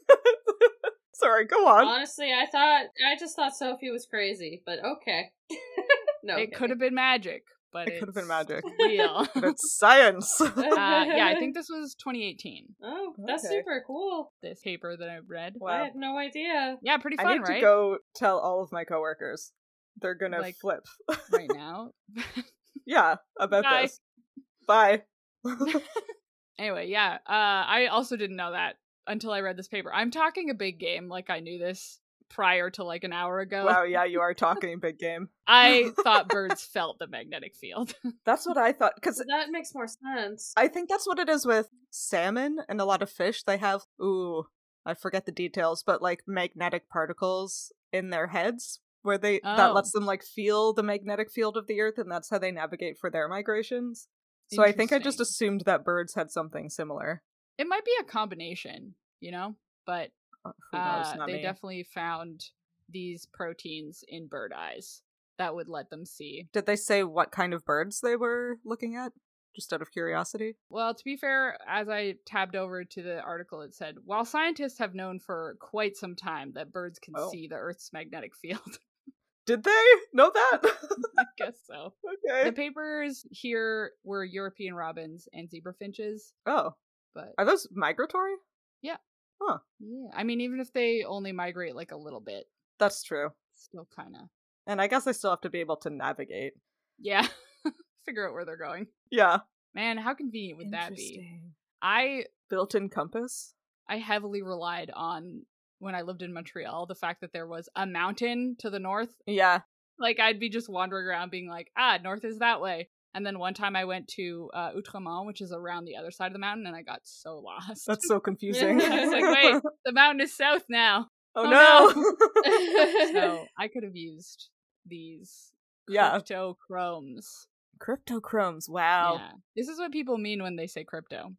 [SPEAKER 2] Sorry, go on.
[SPEAKER 3] honestly, I thought I just thought Sophie was crazy, but okay. no,
[SPEAKER 1] it could have been magic, but
[SPEAKER 2] It could have been
[SPEAKER 1] it's
[SPEAKER 2] magic.
[SPEAKER 1] Real.
[SPEAKER 2] But it's science.
[SPEAKER 1] uh, yeah, I think this was 2018.
[SPEAKER 3] Oh, that's
[SPEAKER 2] Okay.
[SPEAKER 3] super cool.
[SPEAKER 1] This paper that I read.
[SPEAKER 3] I
[SPEAKER 2] wow.
[SPEAKER 3] had no idea.
[SPEAKER 1] Yeah, pretty
[SPEAKER 2] I
[SPEAKER 1] fun,
[SPEAKER 2] need
[SPEAKER 1] right?
[SPEAKER 2] to go tell all of my coworkers. They're gonna
[SPEAKER 1] Like-
[SPEAKER 2] flip.
[SPEAKER 1] Right now.
[SPEAKER 2] Yeah, about
[SPEAKER 1] Bye.
[SPEAKER 2] this. Bye.
[SPEAKER 1] anyway, yeah. Uh, I also didn't know that until I read this paper. I'm talking a big game, like I knew this prior to like an hour ago.
[SPEAKER 2] wow, yeah, you are talking big game.
[SPEAKER 1] I thought birds felt the magnetic field.
[SPEAKER 2] That's what I thought. Because
[SPEAKER 3] That makes more sense.
[SPEAKER 2] I think that's what it is with salmon and a lot of fish. They have ooh, I forget the details, but like magnetic particles in their heads where they
[SPEAKER 1] Oh.
[SPEAKER 2] that lets them like feel the magnetic field of the earth and that's how they navigate for their migrations. So I think I just
[SPEAKER 1] Interesting.
[SPEAKER 2] assumed that birds had something similar.
[SPEAKER 1] it might be a combination, you know, but
[SPEAKER 2] Uh, Who knows?
[SPEAKER 1] uh,
[SPEAKER 2] Not
[SPEAKER 1] they
[SPEAKER 2] me.
[SPEAKER 1] definitely found these proteins in bird eyes that would let them see.
[SPEAKER 2] Did they say what kind of birds they were looking at? Just out of curiosity.
[SPEAKER 1] Well, to be fair, as I tabbed over to the article, it said while scientists have known for quite some time that birds can
[SPEAKER 2] Oh.
[SPEAKER 1] see the Earth's magnetic field,
[SPEAKER 2] Did they know that?
[SPEAKER 1] I guess so. The
[SPEAKER 2] okay.
[SPEAKER 1] papers here were European robins and zebra finches,
[SPEAKER 2] Oh,
[SPEAKER 1] but
[SPEAKER 2] are those migratory?
[SPEAKER 1] yeah, I mean, even if they only migrate like a little bit,
[SPEAKER 2] That's true.
[SPEAKER 1] still kind of
[SPEAKER 2] And I guess I still have to be able to navigate.
[SPEAKER 1] yeah, figure out where they're going.
[SPEAKER 2] Yeah.
[SPEAKER 1] Man, how convenient would that be? I
[SPEAKER 2] Built-in compass.
[SPEAKER 1] I heavily relied on when I lived in Montreal the fact that there was a mountain to the north.
[SPEAKER 2] Yeah.
[SPEAKER 1] Like I'd be just wandering around being like, ah, north is that way. And then one time I went to uh, Outremont, which is around the other side of the mountain, and I got so lost.
[SPEAKER 2] That's so confusing.
[SPEAKER 3] I
[SPEAKER 1] I was like, wait, the mountain is south now.
[SPEAKER 2] oh,
[SPEAKER 1] oh
[SPEAKER 2] no.
[SPEAKER 1] So I could have used these
[SPEAKER 2] yeah.
[SPEAKER 1] cryptochromes.
[SPEAKER 2] Cryptochromes. Wow.
[SPEAKER 1] Yeah. This is what people mean when they say crypto.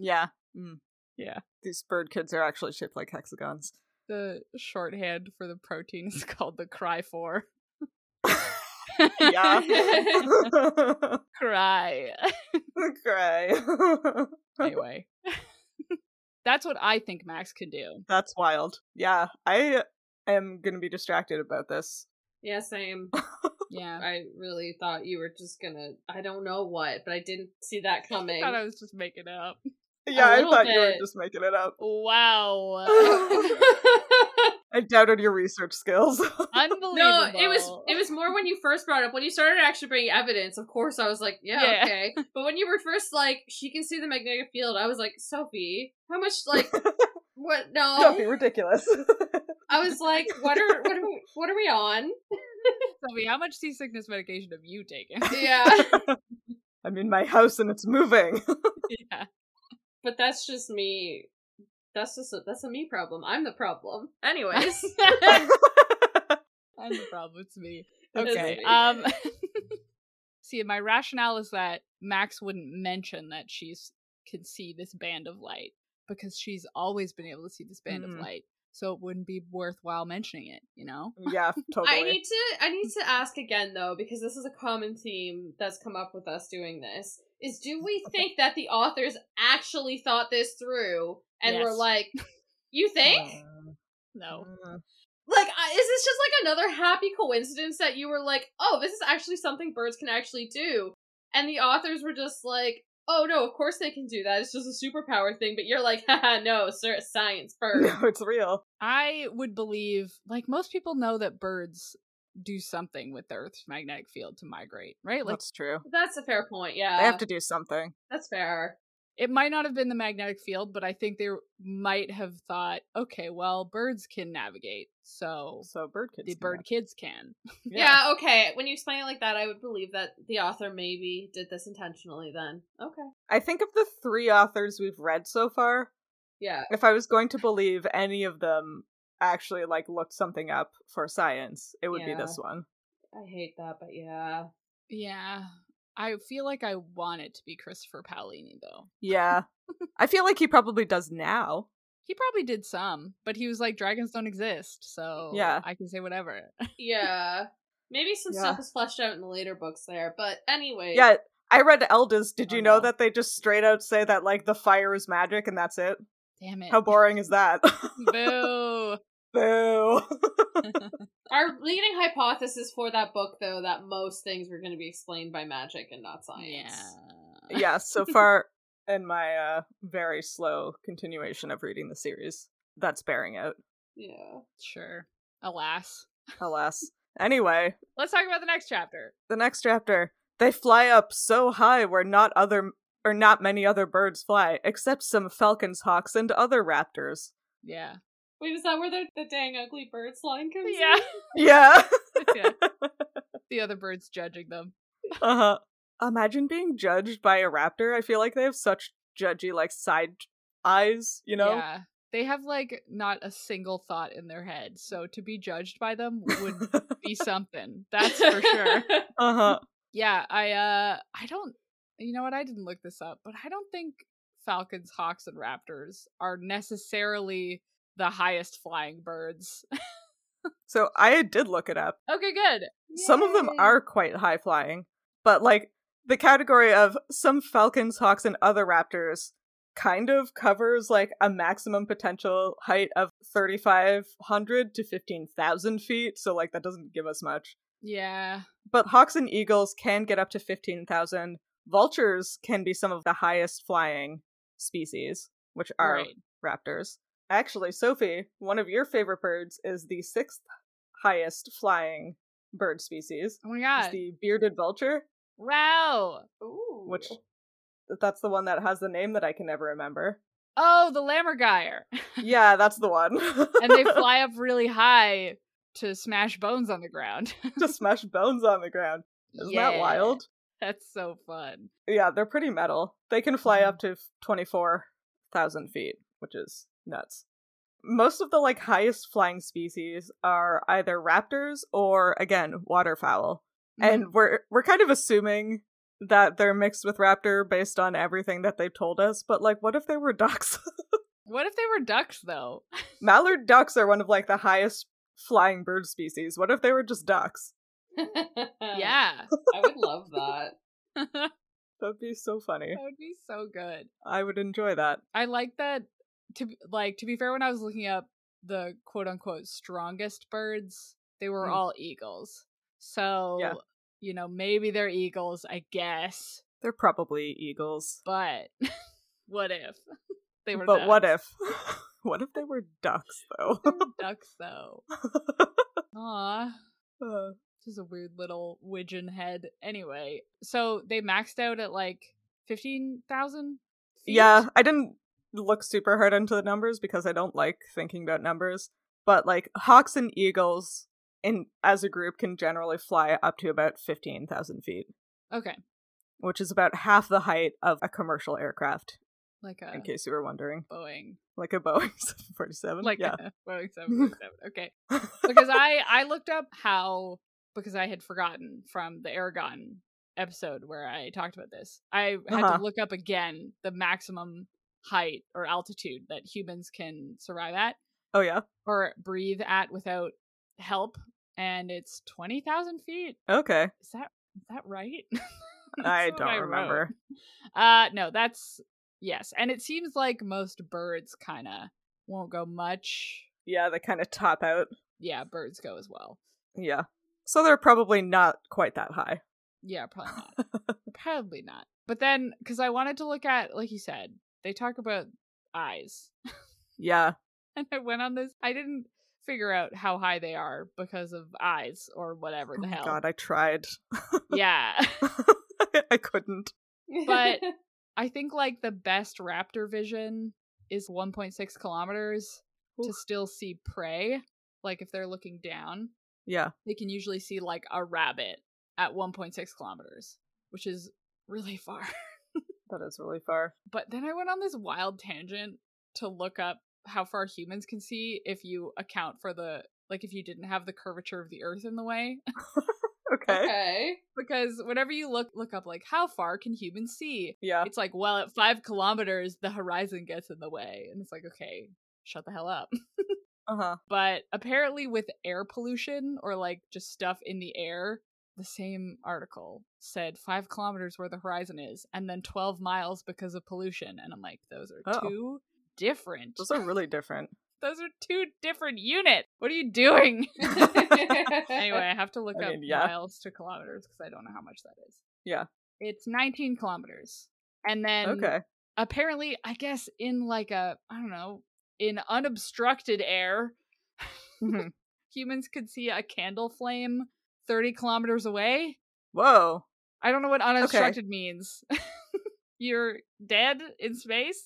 [SPEAKER 2] Yeah. Mm.
[SPEAKER 1] Yeah.
[SPEAKER 2] These bird kids are actually shaped like hexagons.
[SPEAKER 1] The shorthand for the protein is called the cry for.
[SPEAKER 2] Yeah.
[SPEAKER 1] cry.
[SPEAKER 2] okay.
[SPEAKER 1] anyway. That's what I think Max can do.
[SPEAKER 2] That's wild. Yeah. I am going to be distracted about this.
[SPEAKER 3] yeah, same.
[SPEAKER 1] Yeah.
[SPEAKER 3] I really thought you were just gonna. I don't know what, but I didn't see that coming.
[SPEAKER 1] thought I was just making it up.
[SPEAKER 2] Yeah, I
[SPEAKER 3] little
[SPEAKER 2] thought you were
[SPEAKER 3] bit.
[SPEAKER 2] just making it up.
[SPEAKER 1] Wow.
[SPEAKER 2] I doubted your research skills.
[SPEAKER 1] Unbelievable.
[SPEAKER 3] no, it was it was more when you first brought it up. When you started actually bringing evidence, of course, I was like, yeah,
[SPEAKER 1] Yeah.
[SPEAKER 3] okay. But when you were first like, she can see the magnetic field, I was like, Sophie, how much like what?
[SPEAKER 2] Don't be
[SPEAKER 3] No,
[SPEAKER 2] ridiculous.
[SPEAKER 3] I was like, what are what are we, what are we on?
[SPEAKER 1] Sophie, how much seasickness medication have you taken?
[SPEAKER 3] Yeah,
[SPEAKER 2] I'm in my house and it's moving.
[SPEAKER 1] yeah.
[SPEAKER 3] but that's just me. That's just a, that's a me problem. I'm the problem. Anyways,
[SPEAKER 1] I'm the problem. It's me.
[SPEAKER 3] It's
[SPEAKER 1] Okay.
[SPEAKER 3] me.
[SPEAKER 1] Um See, my rationale is that Max wouldn't mention that she's can see this band of light because she's always been able to see this band
[SPEAKER 2] Mhm.
[SPEAKER 1] of light. So it wouldn't be worthwhile mentioning it, you know?
[SPEAKER 2] yeah, totally.
[SPEAKER 3] I need to I need to ask again though because this is a common theme that's come up with us doing this. Is do we think that the authors actually thought this through and were
[SPEAKER 1] Yes.
[SPEAKER 3] like, you think?
[SPEAKER 1] No.
[SPEAKER 2] Mm-hmm.
[SPEAKER 3] Like, I- is this just like another happy coincidence that you were like, oh, this is actually something birds can actually do, and the authors were just like, oh no, of course they can do that. It's just a superpower thing. But you're like, haha, no, sir, it's science, bird.
[SPEAKER 2] No, it's real.
[SPEAKER 1] I would believe, like most people know that birds do something with the Earth's magnetic field to migrate, right? Like
[SPEAKER 2] That's true.
[SPEAKER 3] That's a fair point. Yeah,
[SPEAKER 2] They have to do something.
[SPEAKER 3] that's fair.
[SPEAKER 1] it might not have been the magnetic field, but I think they might have thought, okay, well, birds can navigate, so
[SPEAKER 2] So bird kids.
[SPEAKER 1] the
[SPEAKER 2] do
[SPEAKER 1] bird kids can.
[SPEAKER 2] that.
[SPEAKER 3] Yeah. okay. When you explain it like that, I would believe that the author maybe did this intentionally then. Okay.
[SPEAKER 2] I think of the three authors we've read so far.
[SPEAKER 3] Yeah.
[SPEAKER 2] If I was going to believe any of them actually like looked something up for science, it would
[SPEAKER 3] Yeah.
[SPEAKER 2] be this one.
[SPEAKER 3] I hate that, but yeah.
[SPEAKER 1] Yeah. I feel like I want it to be Christopher Paolini though.
[SPEAKER 2] Yeah. I feel like he probably does now.
[SPEAKER 1] He probably did some, but he was like, dragons don't exist, so
[SPEAKER 2] Yeah.
[SPEAKER 1] I can say whatever.
[SPEAKER 3] yeah. Maybe some
[SPEAKER 2] Yeah.
[SPEAKER 3] stuff is fleshed out in the later books there, but anyway.
[SPEAKER 2] Yeah, I read Eldest. Did
[SPEAKER 1] Oh,
[SPEAKER 2] you know
[SPEAKER 1] no.
[SPEAKER 2] that they just straight out say that like the fire is magic and that's it?
[SPEAKER 1] Damn it.
[SPEAKER 2] How boring is that?
[SPEAKER 1] Boo.
[SPEAKER 2] Boo.
[SPEAKER 3] Our leading hypothesis for that book, though, that most things were going to be explained by magic and not science.
[SPEAKER 1] Yeah.
[SPEAKER 2] yeah, so far in my uh very slow continuation of reading the series, that's bearing out.
[SPEAKER 3] Yeah.
[SPEAKER 1] Sure. Alas.
[SPEAKER 2] Alas. Anyway,
[SPEAKER 1] Let's talk about the next chapter.
[SPEAKER 2] the next chapter they fly up so high where not other or not many other birds fly except some falcons hawks and other raptors
[SPEAKER 1] Yeah.
[SPEAKER 3] Wait, is that where the, the dang ugly birds line comes
[SPEAKER 1] Yeah.
[SPEAKER 3] in?
[SPEAKER 2] yeah
[SPEAKER 1] yeah. The other bird's judging them.
[SPEAKER 2] uh-huh imagine being judged by a raptor i feel like they have such judgy like side eyes you know
[SPEAKER 1] Yeah. They have like not a single thought in their head. So to be judged by them would be something. That's for sure.
[SPEAKER 2] uh-huh
[SPEAKER 1] Yeah, I uh I don't you know what, I didn't look this up, but I don't think falcons, hawks and raptors are necessarily the highest flying birds.
[SPEAKER 2] so i did look it up
[SPEAKER 1] okay, good.
[SPEAKER 2] some of them
[SPEAKER 3] Yay.
[SPEAKER 2] are quite high flying but like the category of some falcons hawks and other raptors kind of covers like a maximum potential height of 3500 to 15000 feet so like that doesn't give us much
[SPEAKER 1] Yeah.
[SPEAKER 2] but hawks and eagles can get up to 15000 vultures can be some of the highest flying species which are
[SPEAKER 1] right.
[SPEAKER 2] raptors actually sophie one of your favorite birds is the sixth highest flying bird species
[SPEAKER 1] Oh my
[SPEAKER 2] is
[SPEAKER 1] god.
[SPEAKER 2] the bearded vulture,
[SPEAKER 1] wow.
[SPEAKER 3] Ooh.
[SPEAKER 2] which that's the one that has the name that I can never remember.
[SPEAKER 1] Oh, the lammergeier.
[SPEAKER 2] Yeah, that's the one.
[SPEAKER 1] and they fly up really high to smash bones on the ground.
[SPEAKER 2] to smash bones on the ground. Isn't that
[SPEAKER 1] Yeah,
[SPEAKER 2] wild?
[SPEAKER 1] That's so fun.
[SPEAKER 2] Yeah, they're pretty metal. They can fly
[SPEAKER 1] Mhm.
[SPEAKER 2] up to twenty four thousand feet, which is nuts. Most of the like highest flying species are either raptors or again waterfowl,
[SPEAKER 1] Mm.
[SPEAKER 2] and we're we're kind of assuming that they're mixed with raptor based on everything that they've told us. But like, what if they were ducks?
[SPEAKER 1] what if they were ducks though?
[SPEAKER 2] Mallard ducks are one of like the highest flying bird species. What if they were just ducks?
[SPEAKER 3] Uh,
[SPEAKER 1] yeah.
[SPEAKER 3] I would love that.
[SPEAKER 1] that
[SPEAKER 2] That'd be so funny.
[SPEAKER 1] would be so good.
[SPEAKER 2] I would enjoy that.
[SPEAKER 1] I like that to b- like to be fair when I was looking up the quote unquote strongest birds, they were
[SPEAKER 2] Mm.
[SPEAKER 1] all eagles. So,
[SPEAKER 2] Yeah.
[SPEAKER 1] you know, maybe they're eagles, I guess,
[SPEAKER 2] They're probably eagles.
[SPEAKER 1] but what if they were
[SPEAKER 2] But what
[SPEAKER 1] ducks?
[SPEAKER 2] if? what if they were ducks though?
[SPEAKER 1] They're ducks though. Aw.
[SPEAKER 2] Uh,
[SPEAKER 1] Just a weird little widgeon head. Anyway, so they maxed out at like fifteen thousand.
[SPEAKER 2] yeah, I didn't look super hard into the numbers because I don't like thinking about numbers. But like hawks and eagles in as a group can generally fly up to about 15,000 feet,
[SPEAKER 1] Okay.
[SPEAKER 2] which is about half the height of a commercial aircraft
[SPEAKER 1] Like
[SPEAKER 2] in
[SPEAKER 1] a
[SPEAKER 2] case you were wondering.
[SPEAKER 1] Boeing.
[SPEAKER 2] Like a Boeing 747.
[SPEAKER 1] Like
[SPEAKER 2] yeah.
[SPEAKER 1] a Boeing seven forty seven. Okay. Because I I looked up how because I had forgotten from the Aragon episode where I talked about this. I had
[SPEAKER 2] Uh-huh.
[SPEAKER 1] to look up again the maximum height or altitude that humans can survive at
[SPEAKER 2] Oh yeah.
[SPEAKER 1] or breathe at without help, and it's twenty thousand feet.
[SPEAKER 2] Okay.
[SPEAKER 1] is that is that right?
[SPEAKER 2] I
[SPEAKER 1] That's what
[SPEAKER 2] don't
[SPEAKER 1] wrote.
[SPEAKER 2] remember.
[SPEAKER 1] Uh no, that's yes. And it seems like most birds kind of won't go much.
[SPEAKER 2] Yeah, they kind of top out.
[SPEAKER 1] Yeah, birds go as well.
[SPEAKER 2] Yeah. So they're probably not quite that high.
[SPEAKER 1] Yeah, probably not. probably not. But then cuz I wanted to look at like you said, they talk about eyes.
[SPEAKER 2] Yeah.
[SPEAKER 1] And I went on this I didn't figure out how high they are because of eyes or whatever
[SPEAKER 2] Oh
[SPEAKER 1] the
[SPEAKER 2] my
[SPEAKER 1] hell.
[SPEAKER 2] God, I tried.
[SPEAKER 1] Yeah.
[SPEAKER 2] I couldn't.
[SPEAKER 1] But- I think like the best raptor vision is 1.6 kilometers to
[SPEAKER 2] Oof.
[SPEAKER 1] still see prey. Like if they're looking down,
[SPEAKER 2] Yeah.
[SPEAKER 1] they can usually see like a rabbit at 1.6 kilometers, which is really far.
[SPEAKER 2] That is really far.
[SPEAKER 1] But then I went on this wild tangent to look up how far humans can see if you account for the like if you didn't have the curvature of the earth in the way
[SPEAKER 2] Okay.
[SPEAKER 3] okay.
[SPEAKER 1] because whenever you look look up like how far can humans see
[SPEAKER 2] Yeah.
[SPEAKER 1] it's like well at five kilometers the horizon gets in the way and it's like okay shut the hell up.
[SPEAKER 2] Uh huh.
[SPEAKER 1] But apparently, with air pollution or like just stuff in the air, the same article said five kilometers where the horizon is, and then 12 miles because of pollution. And I'm like, those are
[SPEAKER 2] Oh.
[SPEAKER 1] two different.
[SPEAKER 2] Those are really different.
[SPEAKER 1] Those are two different units. What are you doing? anyway, I have to look
[SPEAKER 2] I
[SPEAKER 1] up
[SPEAKER 2] mean, yeah.
[SPEAKER 1] miles to kilometers because I don't know how much that is.
[SPEAKER 2] Yeah.
[SPEAKER 1] It's 19 kilometers. And then
[SPEAKER 2] okay.
[SPEAKER 1] apparently, I guess in like a, I don't know, in unobstructed air,
[SPEAKER 2] Mhm.
[SPEAKER 1] humans could see a candle flame 30 kilometers away.
[SPEAKER 2] Whoa.
[SPEAKER 1] I don't know what unobstructed means. You're dead in space?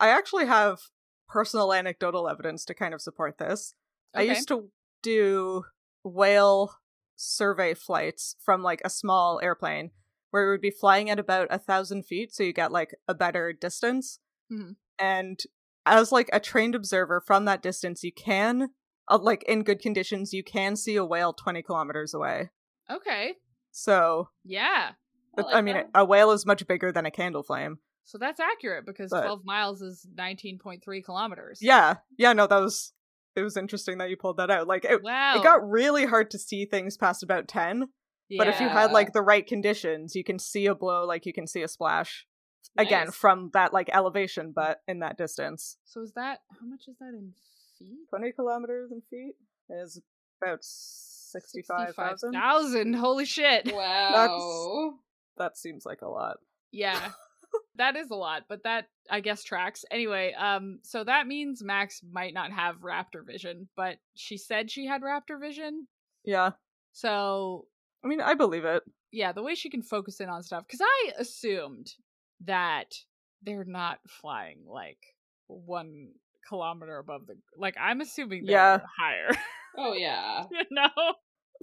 [SPEAKER 2] I actually have personal anecdotal evidence to kind of support this. I used to do whale survey flights from like a small airplane where we would be flying at about a thousand feet, so you get like a better distance.
[SPEAKER 1] Mhm.
[SPEAKER 2] And as like a trained observer from that distance, you can, uh, like in good conditions, you can see a whale 20 kilometers away.
[SPEAKER 1] okay.
[SPEAKER 2] So,
[SPEAKER 1] Yeah.
[SPEAKER 3] I
[SPEAKER 2] I,
[SPEAKER 3] like
[SPEAKER 2] mean,
[SPEAKER 3] that.
[SPEAKER 2] a whale is much bigger than a candle flame.
[SPEAKER 1] So that's accurate because
[SPEAKER 2] But-
[SPEAKER 1] 12 miles is 19.3 kilometers.
[SPEAKER 2] Yeah. Yeah, no, that was, it was interesting that you pulled that out. Like, it,
[SPEAKER 1] Wow.
[SPEAKER 2] it got really hard to see things past about 10 but if you had
[SPEAKER 3] Yeah.
[SPEAKER 2] like the right conditions you can see a blow like you can see a splash again
[SPEAKER 3] Nice.
[SPEAKER 2] from that like elevation but in that distance
[SPEAKER 1] So is that how much is that in feet?
[SPEAKER 2] 20 kilometers in feet is about 65000
[SPEAKER 1] 65,000. Holy shit.
[SPEAKER 3] wow.
[SPEAKER 2] that seems like a lot
[SPEAKER 1] Yeah. that is a lot, but that I guess tracks. Anyway, um so that means Max might not have raptor vision, but she said she had raptor vision.
[SPEAKER 2] yeah
[SPEAKER 1] So,
[SPEAKER 2] i mean i believe it
[SPEAKER 1] yeah, the way she can focus in on stuff cuz I assumed that they're not flying like 1 kilometer above the like I'm assuming they're
[SPEAKER 2] Yeah.
[SPEAKER 1] higher,
[SPEAKER 3] Oh yeah.
[SPEAKER 1] you know.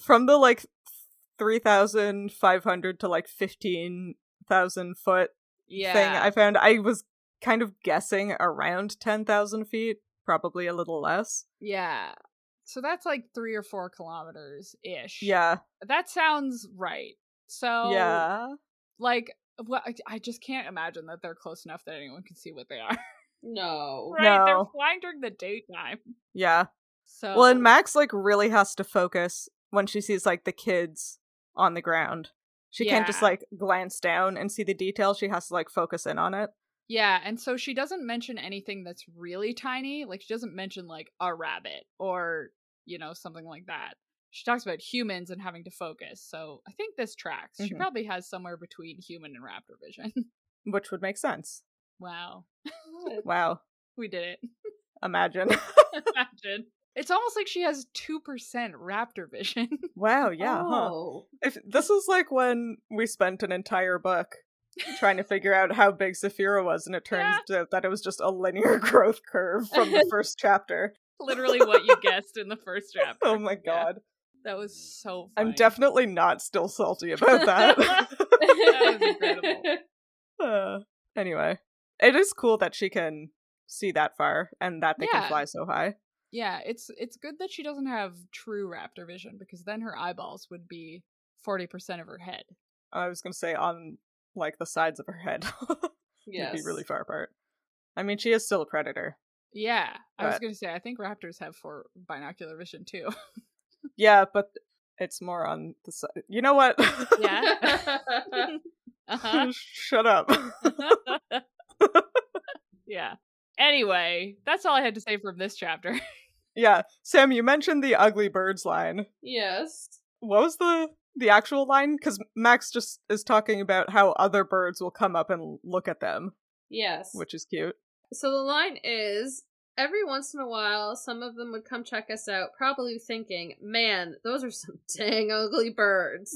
[SPEAKER 2] from the like 3500 to like 15000 foot
[SPEAKER 1] Yeah.
[SPEAKER 2] thing i found i was kind of guessing around 10000 feet probably a little less
[SPEAKER 1] Yeah. So that's like three or four kilometers ish.
[SPEAKER 2] yeah
[SPEAKER 1] That sounds right. So,
[SPEAKER 2] yeah
[SPEAKER 1] like, well, I, I just can't imagine that they're close enough that anyone can see what they are.
[SPEAKER 3] No.
[SPEAKER 1] right? They're
[SPEAKER 2] No.
[SPEAKER 1] flying during the daytime.
[SPEAKER 2] Yeah.
[SPEAKER 1] So,
[SPEAKER 2] Well, and Max like really has to focus when she sees like the kids on the ground. She can't just
[SPEAKER 1] Yeah.
[SPEAKER 2] like glance down and see the detail. She has to like focus in on it.
[SPEAKER 1] yeah. And so she doesn't mention anything that's really tiny. Like, she doesn't mention, like, a rabbit or, you know, something like that. She talks about humans and having to focus. So I think this tracks. She
[SPEAKER 2] Mhm.
[SPEAKER 1] probably has somewhere between human and raptor vision.
[SPEAKER 2] Which would make sense.
[SPEAKER 1] wow.
[SPEAKER 2] Wow.
[SPEAKER 1] We did it.
[SPEAKER 2] Imagine.
[SPEAKER 1] imagine. It's almost like she has 2% raptor vision.
[SPEAKER 2] wow, yeah. Huh.
[SPEAKER 3] Oh.
[SPEAKER 2] If this is like when we spent an entire book trying to figure out how big Saphira was, and it turns out that it was just a linear growth curve from the first chapter.
[SPEAKER 1] Literally what you guessed in the first chapter.
[SPEAKER 2] Oh my
[SPEAKER 1] Yeah.
[SPEAKER 2] god.
[SPEAKER 1] That was so funny.
[SPEAKER 2] I'm definitely not still salty about that.
[SPEAKER 1] That was incredible.
[SPEAKER 2] Uh, anyway, it is cool that she can see that far and that they
[SPEAKER 1] Yeah.
[SPEAKER 2] can fly so high.
[SPEAKER 1] Yeah, it's it's good that she doesn't have true raptor vision because then her eyeballs would be 40% of her head.
[SPEAKER 2] I was gonna say on like the sides of her head,
[SPEAKER 3] Yes.
[SPEAKER 2] it'd be really far apart. I mean, she is still a predator.
[SPEAKER 1] Yeah, I was
[SPEAKER 2] Right.
[SPEAKER 1] going to say I think raptors have four binocular vision too.
[SPEAKER 2] Yeah, but it's more on the side. You know what?
[SPEAKER 1] uh-huh.
[SPEAKER 2] Shut up.
[SPEAKER 1] yeah. Anyway, that's all I had to say from this chapter.
[SPEAKER 2] yeah, Sam, you mentioned the ugly birds line.
[SPEAKER 3] yes.
[SPEAKER 2] What was the the actual line? Because Max just is talking about how other birds will come up and look at them,
[SPEAKER 3] Yes.
[SPEAKER 2] which is cute.
[SPEAKER 3] So the line is every once in a while, some of them would come check us out, probably thinking, man, those are some dang ugly birds.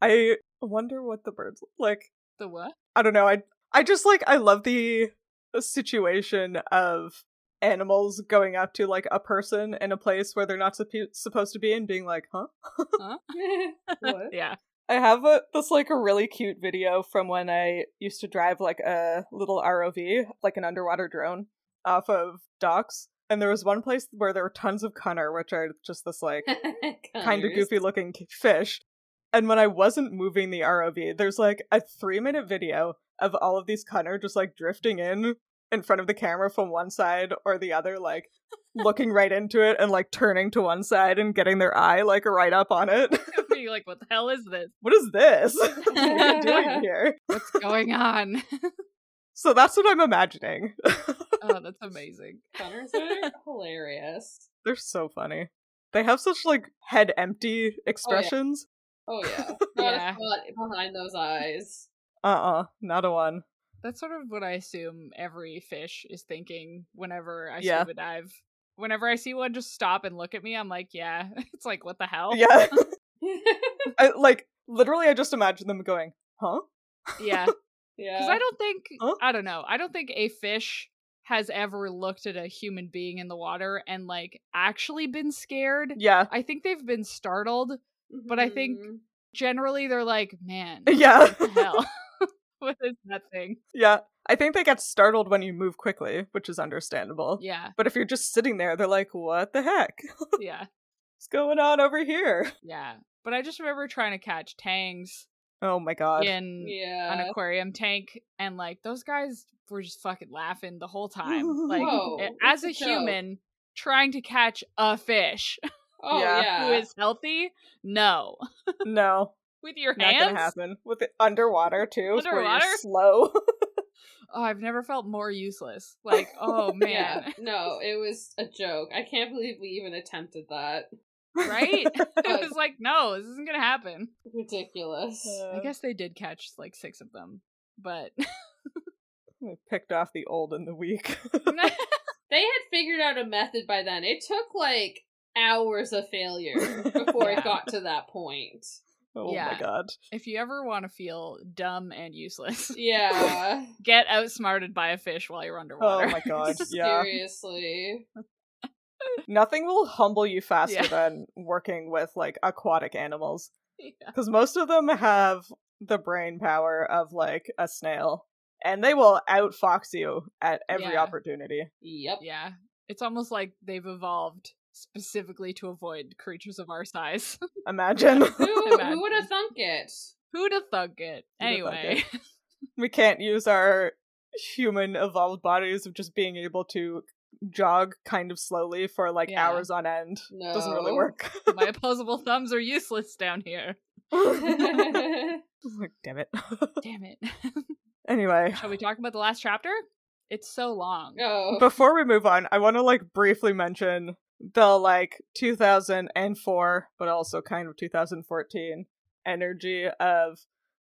[SPEAKER 2] I wonder what the birds like.
[SPEAKER 1] The what?
[SPEAKER 2] I don't know. I I just like I love the situation of animals going up to like a person in a place where they're not suppo- supposed to be and being like, "Huh?"
[SPEAKER 3] what?
[SPEAKER 1] Yeah.
[SPEAKER 2] I have a, this like a really cute video from when I used to drive like a little ROV, like an underwater drone, off of docks. And there was one place where there were tons of cunner, which are just this like kind of
[SPEAKER 3] Connors.
[SPEAKER 2] goofy looking k- fish. And when I wasn't moving the ROV, there's like a three minute video of all of these cunner just like drifting in in front of the camera from one side or the other, like looking right into it and like turning to one side and getting their eye like right up on it.
[SPEAKER 1] Being like, what the hell is this?
[SPEAKER 2] what is this? what are you doing here?
[SPEAKER 1] What's going on?
[SPEAKER 2] So that's what I'm imagining.
[SPEAKER 1] oh, that's amazing.
[SPEAKER 3] Connors are hilarious.
[SPEAKER 2] They're so funny. They have such like head empty expressions.
[SPEAKER 3] Oh yeah, not
[SPEAKER 1] Yeah.
[SPEAKER 3] a thought behind those eyes.
[SPEAKER 2] Uh uh not a one.
[SPEAKER 1] That's sort of what I assume every fish is thinking whenever I
[SPEAKER 2] Yeah.
[SPEAKER 1] scuba dive. Whenever I see one just stop and look at me, I'm like, yeah. It's like, what the hell?
[SPEAKER 2] Yeah. I, like literally I just imagine them going, huh?
[SPEAKER 1] Yeah. Because
[SPEAKER 3] yeah,
[SPEAKER 1] I don't think,
[SPEAKER 2] Huh?
[SPEAKER 1] I don't know, I don't think a fish has ever looked at a human being in the water and like actually been scared.
[SPEAKER 2] Yeah.
[SPEAKER 1] I think they've been startled. but I think-
[SPEAKER 3] Mhm.
[SPEAKER 1] Generally, they're like, man,
[SPEAKER 2] Yeah.
[SPEAKER 1] what the hell? what is that thing?
[SPEAKER 2] yeah. I think they get startled when you move quickly, which is understandable.
[SPEAKER 1] Yeah,
[SPEAKER 2] But if you're just sitting there, they're like, what the heck?
[SPEAKER 1] yeah,
[SPEAKER 2] What's going on over here?
[SPEAKER 1] yeah. But I just remember trying to catch tangs
[SPEAKER 2] Oh my god.
[SPEAKER 1] in an
[SPEAKER 2] Uh-huh.
[SPEAKER 3] yeah,
[SPEAKER 1] aquarium tank, and like those guys were just fucking laughing the whole time. Like,
[SPEAKER 3] Whoa,
[SPEAKER 1] a-
[SPEAKER 3] it's
[SPEAKER 1] as
[SPEAKER 3] a
[SPEAKER 1] a
[SPEAKER 3] joke.
[SPEAKER 1] human trying to catch a fish
[SPEAKER 3] oh
[SPEAKER 2] Yeah.
[SPEAKER 3] yeah,
[SPEAKER 1] who is healthy, no,
[SPEAKER 2] No.
[SPEAKER 1] with your
[SPEAKER 2] Not gonna
[SPEAKER 1] hands.
[SPEAKER 2] happen. With it underwater too. is Where
[SPEAKER 1] Underwater?
[SPEAKER 2] you're slow.
[SPEAKER 1] Oh, I've never felt more useless. Like, oh man,
[SPEAKER 3] Yeah, no, it was a joke. I can't believe we even attempted that.
[SPEAKER 1] right? it was like, no, this isn't gonna happen.
[SPEAKER 3] Ridiculous.
[SPEAKER 2] Uh.
[SPEAKER 1] I guess they did catch like six of them, but
[SPEAKER 2] We picked off the old and the weak.
[SPEAKER 3] they had figured out a method by then. It took like hours of failure before
[SPEAKER 1] Yeah.
[SPEAKER 3] it got to that point.
[SPEAKER 2] oh my
[SPEAKER 1] Yeah.
[SPEAKER 2] god.
[SPEAKER 1] if you ever want to feel dumb and useless,
[SPEAKER 3] Yeah.
[SPEAKER 1] get outsmarted by a fish while you're underwater.
[SPEAKER 2] Oh my god. Yeah.
[SPEAKER 3] Seriously.
[SPEAKER 2] Nothing will humble you faster
[SPEAKER 1] Yeah.
[SPEAKER 2] than working with like aquatic animals
[SPEAKER 1] Yeah.
[SPEAKER 2] because most of them have the brain power of like a snail and they will outfox you at every
[SPEAKER 1] Yeah.
[SPEAKER 2] opportunity.
[SPEAKER 3] Yep.
[SPEAKER 1] Yeah. It's almost like they've evolved specifically to avoid creatures of our size.
[SPEAKER 2] Imagine.
[SPEAKER 3] Who,
[SPEAKER 1] Imagine.
[SPEAKER 3] who would have thunk it?
[SPEAKER 1] Who'd have thunk it?
[SPEAKER 2] Who'da thunk
[SPEAKER 1] Anyway.
[SPEAKER 2] we can't use our human evolved bodies of just being able to jog kind of slowly for like
[SPEAKER 1] Yeah.
[SPEAKER 2] hours on end.
[SPEAKER 3] No.
[SPEAKER 2] Doesn't really work.
[SPEAKER 1] my opposable thumbs are useless down here.
[SPEAKER 2] Like, Damn it.
[SPEAKER 1] Damn it.
[SPEAKER 2] anyway,
[SPEAKER 1] Shall we talk about the last chapter? It's so long.
[SPEAKER 3] oh.
[SPEAKER 2] before we move on, I want to like briefly mention the like 2004, but also kind of 2014 energy of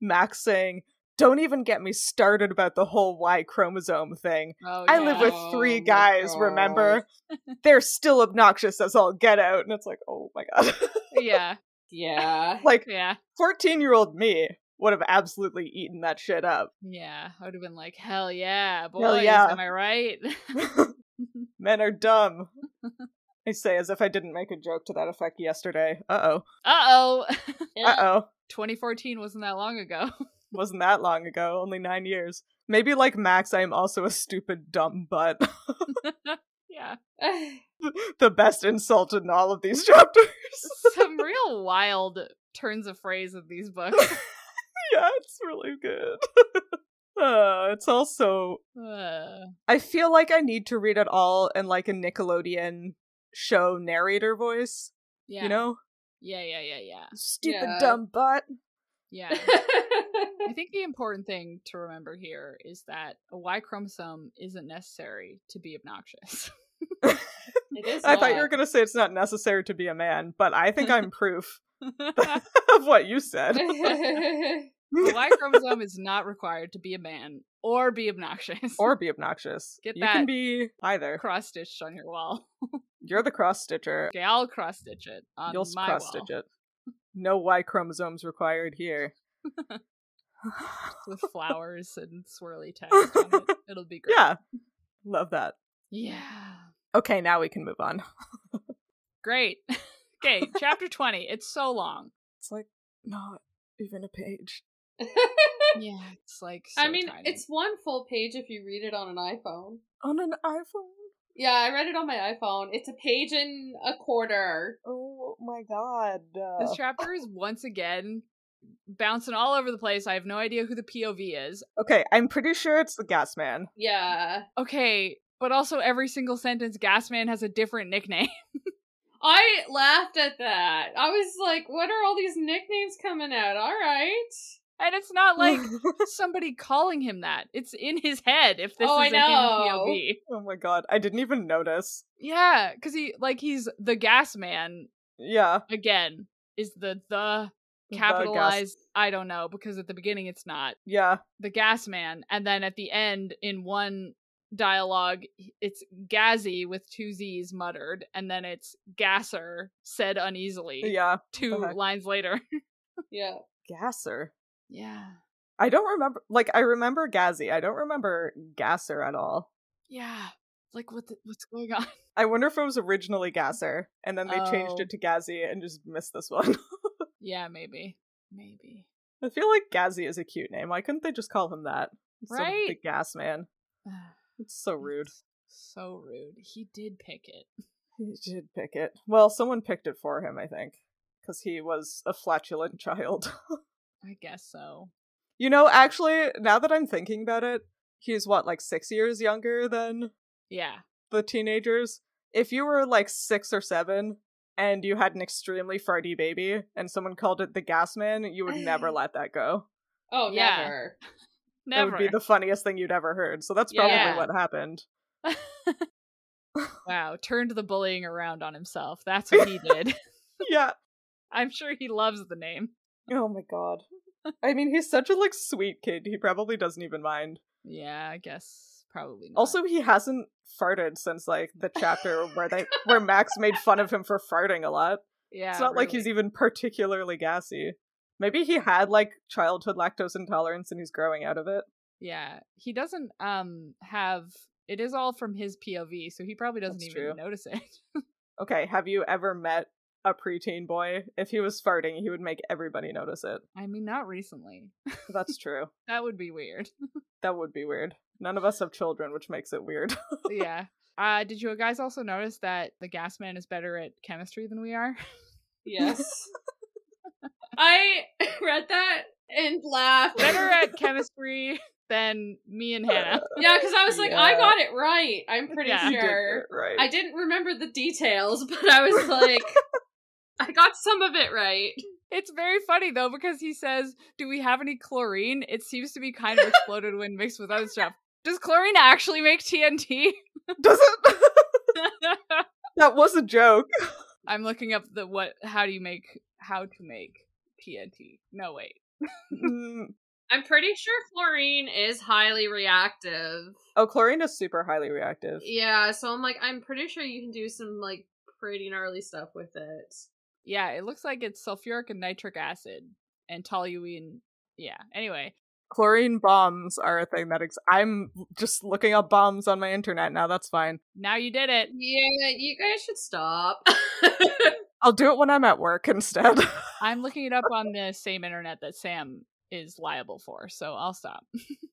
[SPEAKER 2] Max saying, "Don't even get me started about the whole Y chromosome thing.
[SPEAKER 1] Oh,
[SPEAKER 2] I
[SPEAKER 1] yeah.
[SPEAKER 2] live with
[SPEAKER 3] Oh
[SPEAKER 2] three
[SPEAKER 3] my
[SPEAKER 2] guys.
[SPEAKER 3] God.
[SPEAKER 2] Remember, they're still obnoxious as all get out." And it's like, oh my god,
[SPEAKER 1] Yeah.
[SPEAKER 3] yeah.
[SPEAKER 2] like
[SPEAKER 1] Yeah.
[SPEAKER 2] 14 year old me would have absolutely eaten that shit up.
[SPEAKER 1] Yeah. I would have been like, hell yeah, boys.
[SPEAKER 2] yeah.
[SPEAKER 1] Am I right?
[SPEAKER 2] Men are dumb. I say as if I didn't make a joke to that effect yesterday. Uh oh.
[SPEAKER 1] uh oh.
[SPEAKER 2] Uh oh.
[SPEAKER 1] 2014 wasn't that long ago.
[SPEAKER 2] Wasn't that long ago, only nine years. Maybe like Max, I am also a stupid, dumb butt.
[SPEAKER 1] yeah.
[SPEAKER 2] the best insult in all of these chapters.
[SPEAKER 1] Some real wild turns of phrase of these books.
[SPEAKER 2] yeah, it's really good. uh, it's also.
[SPEAKER 1] Uh,
[SPEAKER 2] I feel like I need to read it all in like a Nickelodeon show narrator voice,
[SPEAKER 1] yeah.
[SPEAKER 2] you know?
[SPEAKER 1] Yeah, yeah, yeah, yeah.
[SPEAKER 2] Stupid,
[SPEAKER 3] Yeah.
[SPEAKER 2] dumb butt.
[SPEAKER 1] Yeah. I think the important thing to remember here is that a Y chromosome isn't necessary to be obnoxious.
[SPEAKER 3] It is
[SPEAKER 2] I thought
[SPEAKER 3] not.
[SPEAKER 2] you were going to say it's not necessary to be a man, but I think I'm proof of what you said.
[SPEAKER 1] The Y chromosome is not required to be a man or be obnoxious.
[SPEAKER 2] or be obnoxious.
[SPEAKER 1] Get
[SPEAKER 2] you can
[SPEAKER 1] that.
[SPEAKER 2] be either.
[SPEAKER 1] cross stitched on your wall.
[SPEAKER 2] You're the cross stitcher.
[SPEAKER 1] Okay, I'll cross stitch it on
[SPEAKER 2] You'll
[SPEAKER 1] my
[SPEAKER 2] cross
[SPEAKER 1] wall
[SPEAKER 2] stitch it. No Y chromosomes required here.
[SPEAKER 1] with flowers and swirly text on it. It'll be great.
[SPEAKER 2] yeah. Love that.
[SPEAKER 1] Yeah.
[SPEAKER 2] Okay, now we can move on.
[SPEAKER 1] Great. Okay, chapter 20. It's so long.
[SPEAKER 2] It's like not even a page.
[SPEAKER 1] Yeah, it's like
[SPEAKER 3] I
[SPEAKER 1] so
[SPEAKER 3] mean,
[SPEAKER 1] tiny.
[SPEAKER 3] it's one full page if you read it on an iPhone.
[SPEAKER 2] On an iPhone?
[SPEAKER 3] Yeah, I read it on my iPhone. It's a page and a quarter.
[SPEAKER 2] Oh my god.
[SPEAKER 1] This chapter is once again bouncing all over the place. I have no idea who the POV is.
[SPEAKER 2] Okay, I'm pretty sure it's the gas man.
[SPEAKER 3] Yeah.
[SPEAKER 1] Okay, but also every single sentence, Gasman has a different nickname.
[SPEAKER 3] I laughed at that. I was like, what are all these nicknames coming out? All right.
[SPEAKER 1] and it's not like somebody calling him that. It's in his head if this
[SPEAKER 3] Oh, I
[SPEAKER 1] is a him
[SPEAKER 3] know.
[SPEAKER 1] POV.
[SPEAKER 2] oh my god, I didn't even notice.
[SPEAKER 1] Yeah, because he like he's the gas man
[SPEAKER 2] Yeah.
[SPEAKER 1] again is the the
[SPEAKER 2] the gas-
[SPEAKER 1] capitalized I don't know, because at the beginning it's not.
[SPEAKER 2] yeah.
[SPEAKER 1] The gas man. And then at the end in one dialogue it's Gazzy with two Z's muttered, and then it's Gasser said uneasily
[SPEAKER 2] Yeah.
[SPEAKER 1] two
[SPEAKER 2] Okay.
[SPEAKER 1] lines later.
[SPEAKER 3] Yeah.
[SPEAKER 2] Gasser.
[SPEAKER 1] yeah.
[SPEAKER 2] I don't remember like I remember Gazzy. I don't remember Gasser at all.
[SPEAKER 1] Yeah. Like what the, what's going on?
[SPEAKER 2] I wonder if it was originally Gasser and then they changed
[SPEAKER 1] Oh.
[SPEAKER 2] it to Gazzy and just missed this one.
[SPEAKER 1] Yeah, maybe. Maybe.
[SPEAKER 2] I feel like Gazzy is a cute name. Why couldn't they just call him that? Some
[SPEAKER 1] Right?
[SPEAKER 2] big gas man. It's so rude.
[SPEAKER 1] So rude. He did pick it.
[SPEAKER 2] He did pick it. Well, someone picked it for him, I think, because he was a flatulent child.
[SPEAKER 1] I guess so.
[SPEAKER 2] you know, actually, now that I'm thinking about it, he's what, like six years younger than
[SPEAKER 1] Yeah.
[SPEAKER 2] the teenagers? If you were like six or seven and you had an extremely farty baby and someone called it the gas man, you would never let that go.
[SPEAKER 3] Oh,
[SPEAKER 1] Yeah.
[SPEAKER 3] never.
[SPEAKER 1] Never.
[SPEAKER 2] That would be the funniest thing you'd ever heard. So that's probably
[SPEAKER 1] Yeah.
[SPEAKER 2] what happened.
[SPEAKER 1] wow. Turned the bullying around on himself. That's what he did.
[SPEAKER 2] yeah.
[SPEAKER 1] I'm sure he loves the name.
[SPEAKER 2] Oh my god. I mean, he's such a like sweet kid. He probably doesn't even mind.
[SPEAKER 1] Yeah, I guess probably not.
[SPEAKER 2] Also, he hasn't farted since like the chapter where they where Max made fun of him for farting a lot.
[SPEAKER 1] yeah,
[SPEAKER 2] it's not like
[SPEAKER 1] really.
[SPEAKER 2] he's even particularly gassy. Maybe he had like childhood lactose intolerance and he's growing out of it.
[SPEAKER 1] Yeah, he doesn't um have. It is all from his POV, so he probably doesn't
[SPEAKER 2] That's
[SPEAKER 1] even
[SPEAKER 2] true.
[SPEAKER 1] notice it.
[SPEAKER 2] Okay, have you ever met a preteen boy? If he was farting, he would make everybody notice it.
[SPEAKER 1] I mean, not recently.
[SPEAKER 2] That's true.
[SPEAKER 1] That would be weird.
[SPEAKER 2] that would be weird. None of us have children, which makes it weird.
[SPEAKER 1] yeah. Uh, did you guys also notice that the gas man is better at chemistry than we are?
[SPEAKER 3] Yes. I read that and laughed.
[SPEAKER 1] better at chemistry than me and Hannah.
[SPEAKER 3] Yeah, because I was like, I
[SPEAKER 2] Yeah.
[SPEAKER 3] got it right. I'm pretty
[SPEAKER 1] Yeah.
[SPEAKER 2] You did
[SPEAKER 3] sure.
[SPEAKER 2] it right.
[SPEAKER 3] I didn't remember the details, but I was like, I got some of it right.
[SPEAKER 1] It's very funny though because he says, "Do we have any chlorine?" It seems to be kind of exploded when mixed with other stuff. Does chlorine actually make TNT?
[SPEAKER 2] Does it? that was a joke.
[SPEAKER 1] I'm looking up the what how do you make how to make TNT. No wait.
[SPEAKER 2] Mm.
[SPEAKER 3] I'm pretty sure fluorine is highly reactive.
[SPEAKER 2] Oh, chlorine is super highly reactive.
[SPEAKER 3] Yeah, so I'm like, I'm pretty sure you can do some like pretty gnarly stuff with it.
[SPEAKER 1] Yeah, it looks like it's sulfuric and nitric acid and toluene. Yeah. Anyway,
[SPEAKER 2] Chlorine bombs are a thing that ex- I'm just looking up bombs on my internet now. That's fine.
[SPEAKER 1] now you did it.
[SPEAKER 3] Yeah, you guys should stop.
[SPEAKER 2] I'll do it when I'm at work instead.
[SPEAKER 1] I'm looking it up on the same internet that Sam is liable for, so I'll stop.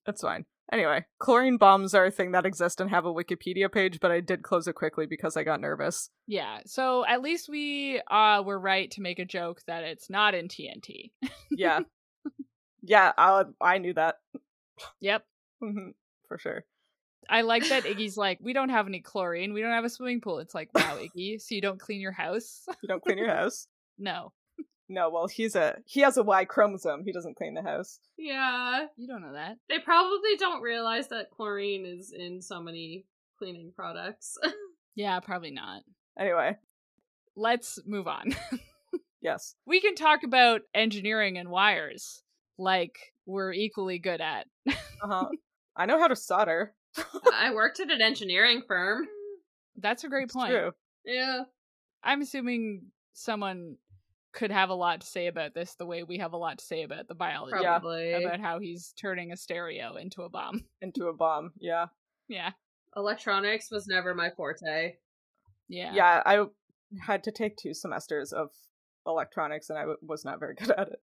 [SPEAKER 2] That's fine. Anyway, chlorine bombs are a thing that exist and have a Wikipedia page, but I did close it quickly because I got nervous.
[SPEAKER 1] Yeah. So at least we uh were right to make a joke that it's not in TNT.
[SPEAKER 2] Yeah. yeah, I I knew that.
[SPEAKER 1] Yep.
[SPEAKER 2] Mhm, For sure.
[SPEAKER 1] I like that Iggy's like, we don't have any chlorine. We don't have a swimming pool. It's like, wow, Iggy. So you don't clean your house?
[SPEAKER 2] You don't clean your house.
[SPEAKER 1] no,
[SPEAKER 2] No, well, he's a he has a Y chromosome. He doesn't clean the house.
[SPEAKER 3] yeah,
[SPEAKER 1] you don't know that.
[SPEAKER 3] they probably don't realize that chlorine is in so many cleaning products.
[SPEAKER 1] Yeah, probably not.
[SPEAKER 2] Anyway,
[SPEAKER 1] Let's move on.
[SPEAKER 2] yes.
[SPEAKER 1] we can talk about engineering and wires like we're equally good at.
[SPEAKER 2] Uh-huh. I know how to solder.
[SPEAKER 3] I worked at an engineering firm.
[SPEAKER 1] That's a great
[SPEAKER 2] It's
[SPEAKER 1] point.
[SPEAKER 2] true.
[SPEAKER 3] Yeah.
[SPEAKER 1] I'm assuming someone could have a lot to say about this the way we have a lot to say about the biology.
[SPEAKER 2] Yeah.
[SPEAKER 3] Probably.
[SPEAKER 1] about how he's turning a stereo into a bomb.
[SPEAKER 2] Into a bomb. Yeah.
[SPEAKER 1] Yeah.
[SPEAKER 3] Electronics was never my forte.
[SPEAKER 1] Yeah.
[SPEAKER 2] yeah. I had to take two semesters of electronics and I w- was not very good at it.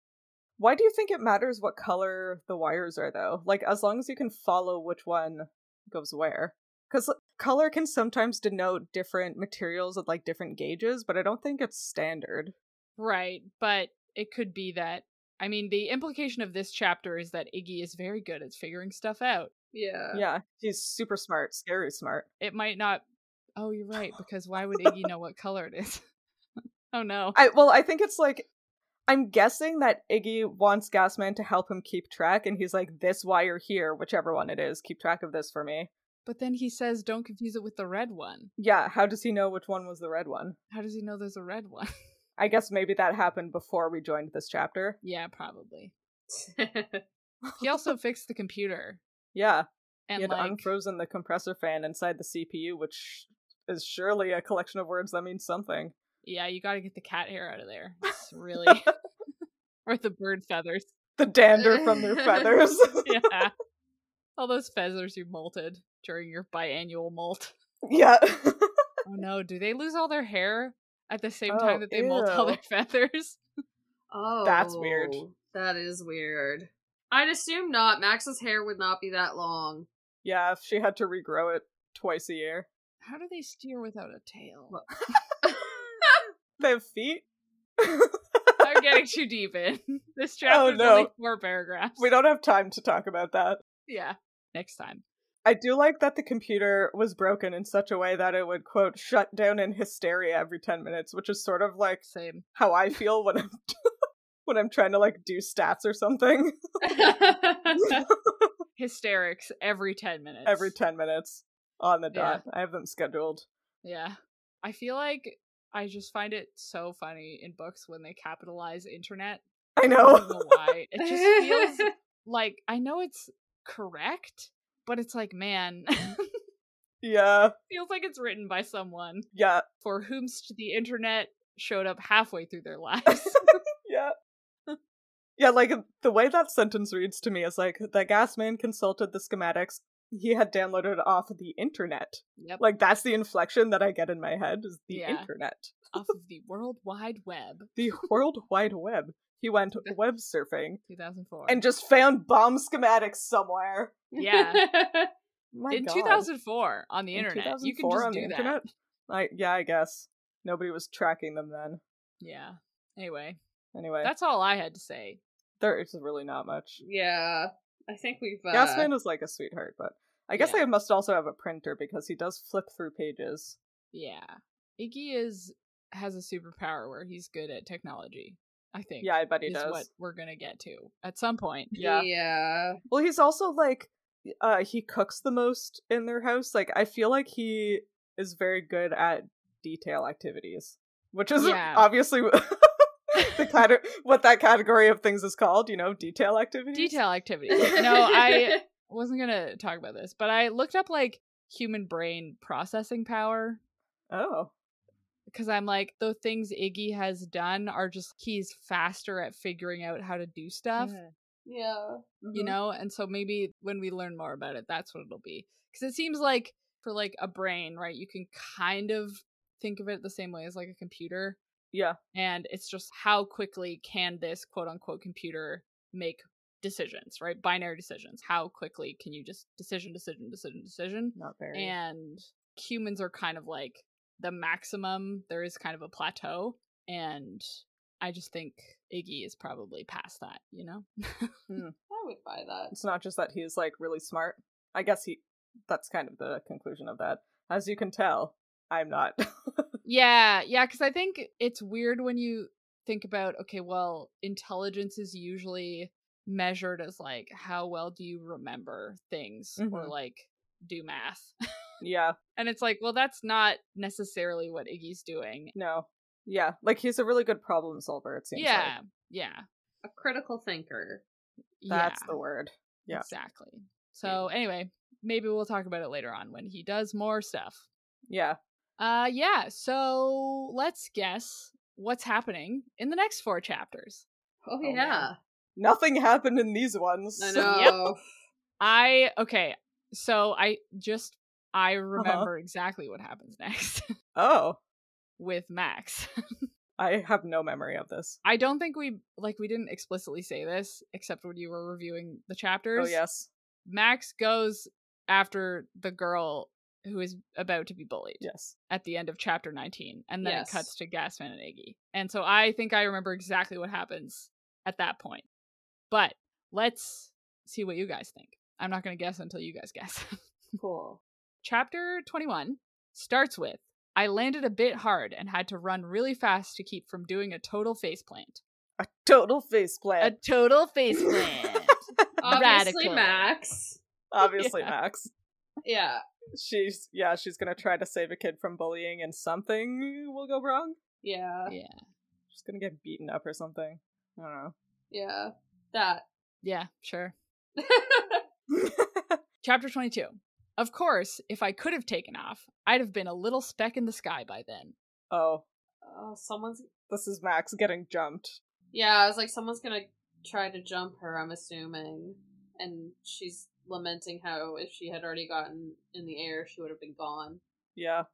[SPEAKER 2] Why do you think it matters what color the wires are, though? Like, as long as you can follow which one goes where. Because color can sometimes denote different materials with like different gauges, but I don't think it's standard.
[SPEAKER 1] Right. But it could be that I mean, the implication of this chapter is that Iggy is very good at figuring stuff out.
[SPEAKER 3] Yeah.
[SPEAKER 2] yeah, she's super smart, scary smart.
[SPEAKER 1] It might not. Oh, you're right, because why would Iggy know what color it is? oh no.
[SPEAKER 2] I well, I think it's like I'm guessing that Iggy wants Gasman to help him keep track, and he's like, "This wire here, whichever one it is, keep track of this for me."
[SPEAKER 1] But then he says, don't confuse it with the red one.
[SPEAKER 2] Yeah, how does he know which one was the red one?
[SPEAKER 1] How does he know there's a red one?
[SPEAKER 2] I guess maybe that happened before we joined this chapter.
[SPEAKER 1] yeah, probably. He also fixed the computer.
[SPEAKER 2] Yeah,
[SPEAKER 1] And
[SPEAKER 2] he had
[SPEAKER 1] like,
[SPEAKER 2] unfrozen the compressor fan inside the CPU, which is surely a collection of words that means something.
[SPEAKER 1] yeah, you gotta get the cat hair out of there. It's really. or the bird feathers.
[SPEAKER 2] The dander from their feathers.
[SPEAKER 1] Yeah. All those feathers you molted during your biannual molt.
[SPEAKER 2] yeah.
[SPEAKER 1] Oh no, do they lose all their hair at the same time
[SPEAKER 2] Oh,
[SPEAKER 1] that they molt all their feathers?
[SPEAKER 3] oh,
[SPEAKER 2] That's weird.
[SPEAKER 3] That is weird. I'd assume not. Max's hair would not be that long.
[SPEAKER 2] yeah, if she had to regrow it twice a year.
[SPEAKER 1] How do they steer without a tail?
[SPEAKER 3] Well-
[SPEAKER 2] They have feet?
[SPEAKER 1] I'm getting too deep in. This chapter's
[SPEAKER 2] Oh, no.
[SPEAKER 1] only four paragraphs.
[SPEAKER 2] we don't have time to talk about that.
[SPEAKER 1] Yeah, next time.
[SPEAKER 2] I do like that the computer was broken in such a way that it would, quote, shut down in hysteria every 10 minutes, which is sort of like
[SPEAKER 1] Same.
[SPEAKER 2] how I feel when I'm. When I'm trying to like do stats or something
[SPEAKER 1] Hysterics every 10 minutes.
[SPEAKER 2] every 10 minutes on the
[SPEAKER 1] Yeah.
[SPEAKER 2] dot. I have them scheduled.
[SPEAKER 1] Yeah. I feel like I just find it so funny in books when they capitalize internet.
[SPEAKER 2] I
[SPEAKER 1] I
[SPEAKER 2] know.
[SPEAKER 1] don't know why. It just feels like I know it's correct, but it's like, man,
[SPEAKER 2] Mm. Yeah,
[SPEAKER 1] feels like it's written by someone
[SPEAKER 2] yeah,
[SPEAKER 1] for whomst the internet showed up halfway through their lives.
[SPEAKER 2] yeah. yeah, like the way that sentence reads to me is like the gas man consulted the schematics he had downloaded off the internet.
[SPEAKER 1] yep.
[SPEAKER 2] Like that's the inflection that I get in my head is the
[SPEAKER 1] Yeah.
[SPEAKER 2] internet.
[SPEAKER 1] Off of the World Wide Web,
[SPEAKER 2] The World Wide Web. He went web surfing
[SPEAKER 1] 2004.
[SPEAKER 2] and just found bomb schematics somewhere.
[SPEAKER 1] Yeah.
[SPEAKER 2] oh My
[SPEAKER 1] in
[SPEAKER 2] God.
[SPEAKER 1] 2004 on the
[SPEAKER 2] In
[SPEAKER 1] internet, you can
[SPEAKER 2] 2004
[SPEAKER 1] just
[SPEAKER 2] on
[SPEAKER 1] do
[SPEAKER 2] the
[SPEAKER 1] that.
[SPEAKER 2] internet? I, yeah, I guess. Nobody was tracking them then.
[SPEAKER 1] Yeah. Anyway,
[SPEAKER 2] Anyway,
[SPEAKER 1] that's all I had to say.
[SPEAKER 2] there is really not much.
[SPEAKER 3] yeah. I think we've. Uh,
[SPEAKER 2] Gasman is like a sweetheart, but I guess
[SPEAKER 1] yeah.
[SPEAKER 2] I must also have a printer because he does flip through pages.
[SPEAKER 1] Yeah. Iggy is has a superpower where he's good at technology. I think.
[SPEAKER 2] Yeah, I bet he
[SPEAKER 1] is
[SPEAKER 2] does.
[SPEAKER 1] what we're gonna get to at some point.
[SPEAKER 2] Yeah.
[SPEAKER 3] yeah.
[SPEAKER 2] Well, he's also like uh he cooks the most in their house. Like I feel like he is very good at detail activities, which is
[SPEAKER 1] Yeah.
[SPEAKER 2] obviously the kind what that category of things is called, you know, detail activities.
[SPEAKER 1] Detail activities. No, I wasn't gonna talk about this, but I looked up like human brain processing power
[SPEAKER 2] Oh.
[SPEAKER 1] because I'm like the things Iggy has done are just he's faster at figuring out how to do stuff.
[SPEAKER 3] Yeah.
[SPEAKER 1] you
[SPEAKER 2] Mhm.
[SPEAKER 3] Mm-hmm.
[SPEAKER 1] know and so maybe when we learn more about it that's what it'll be because it seems like for like a brain right you can kind of think of it the same way as like a computer
[SPEAKER 2] Yeah.
[SPEAKER 1] and it's just how quickly can this quote unquote computer make decisions right binary decisions how quickly can you just decision decision decision decision
[SPEAKER 2] Not very.
[SPEAKER 1] and humans are kind of like the maximum there is kind of a plateau and i just think iggy is probably past that you know
[SPEAKER 3] I would buy that.
[SPEAKER 2] It's not just that he's like really smart. I guess he that's kind of the conclusion of that. As you can tell, I'm not.
[SPEAKER 1] Yeah, yeah, because I think it's weird when you think about okay, well, intelligence is usually measured as like how well do you remember things or
[SPEAKER 2] Mhm.
[SPEAKER 1] like do math.
[SPEAKER 2] yeah.
[SPEAKER 1] And it's like, well, that's not necessarily what Iggy's doing.
[SPEAKER 2] No. Yeah. Like he's a really good problem solver, it seems like.
[SPEAKER 1] yeah, yeah,
[SPEAKER 3] A critical thinker.
[SPEAKER 2] That's
[SPEAKER 1] yeah,
[SPEAKER 2] the word. yeah.
[SPEAKER 1] exactly. So anyway, maybe we'll talk about it later on when he does more stuff.
[SPEAKER 2] Yeah.
[SPEAKER 1] Uh, yeah. So let's guess what's happening in the next four chapters.
[SPEAKER 3] Oh,
[SPEAKER 2] man.
[SPEAKER 3] yeah.
[SPEAKER 2] Nothing happened in these ones.
[SPEAKER 3] I know.
[SPEAKER 1] I okay. So I just I remember exactly what happens next
[SPEAKER 2] Oh,
[SPEAKER 1] with Max.
[SPEAKER 2] I have no memory of this.
[SPEAKER 1] I don't think we like we didn't explicitly say this except when you were reviewing the chapters.
[SPEAKER 2] Oh, yes.
[SPEAKER 1] Max goes after the girl who is about to be bullied
[SPEAKER 2] Yes.
[SPEAKER 1] at the end of chapter 19 and then
[SPEAKER 3] Yes.
[SPEAKER 1] it cuts to Gasman and Iggy. And so I think I remember exactly what happens at that point. But let's see what you guys think. I'm not going to guess until you guys guess.
[SPEAKER 3] Cool.
[SPEAKER 1] Chapter 21 starts with I landed a bit hard and had to run really fast to keep from doing a total faceplant.
[SPEAKER 2] A total face
[SPEAKER 1] A
[SPEAKER 2] plant.
[SPEAKER 1] total faceplant.
[SPEAKER 3] Obviously,
[SPEAKER 1] Radical.
[SPEAKER 3] Max.
[SPEAKER 2] Obviously,
[SPEAKER 1] yeah.
[SPEAKER 2] Max.
[SPEAKER 3] Yeah.
[SPEAKER 2] She's yeah, she's gonna try to save a kid from bullying, and something will go wrong.
[SPEAKER 3] Yeah.
[SPEAKER 1] yeah.
[SPEAKER 2] She's gonna get beaten up or something. I don't know.
[SPEAKER 3] Yeah. That.
[SPEAKER 1] Yeah, sure. Chapter 22. Of course, if I could have taken off, I'd have been a little speck in the sky by then.
[SPEAKER 2] Oh,
[SPEAKER 3] oh, someone's.
[SPEAKER 2] this is Max getting jumped.
[SPEAKER 3] Yeah, I was like, someone's gonna try to jump her. I'm assuming, and she's lamenting how if she had already gotten in the air, she would have been gone.
[SPEAKER 2] Yeah,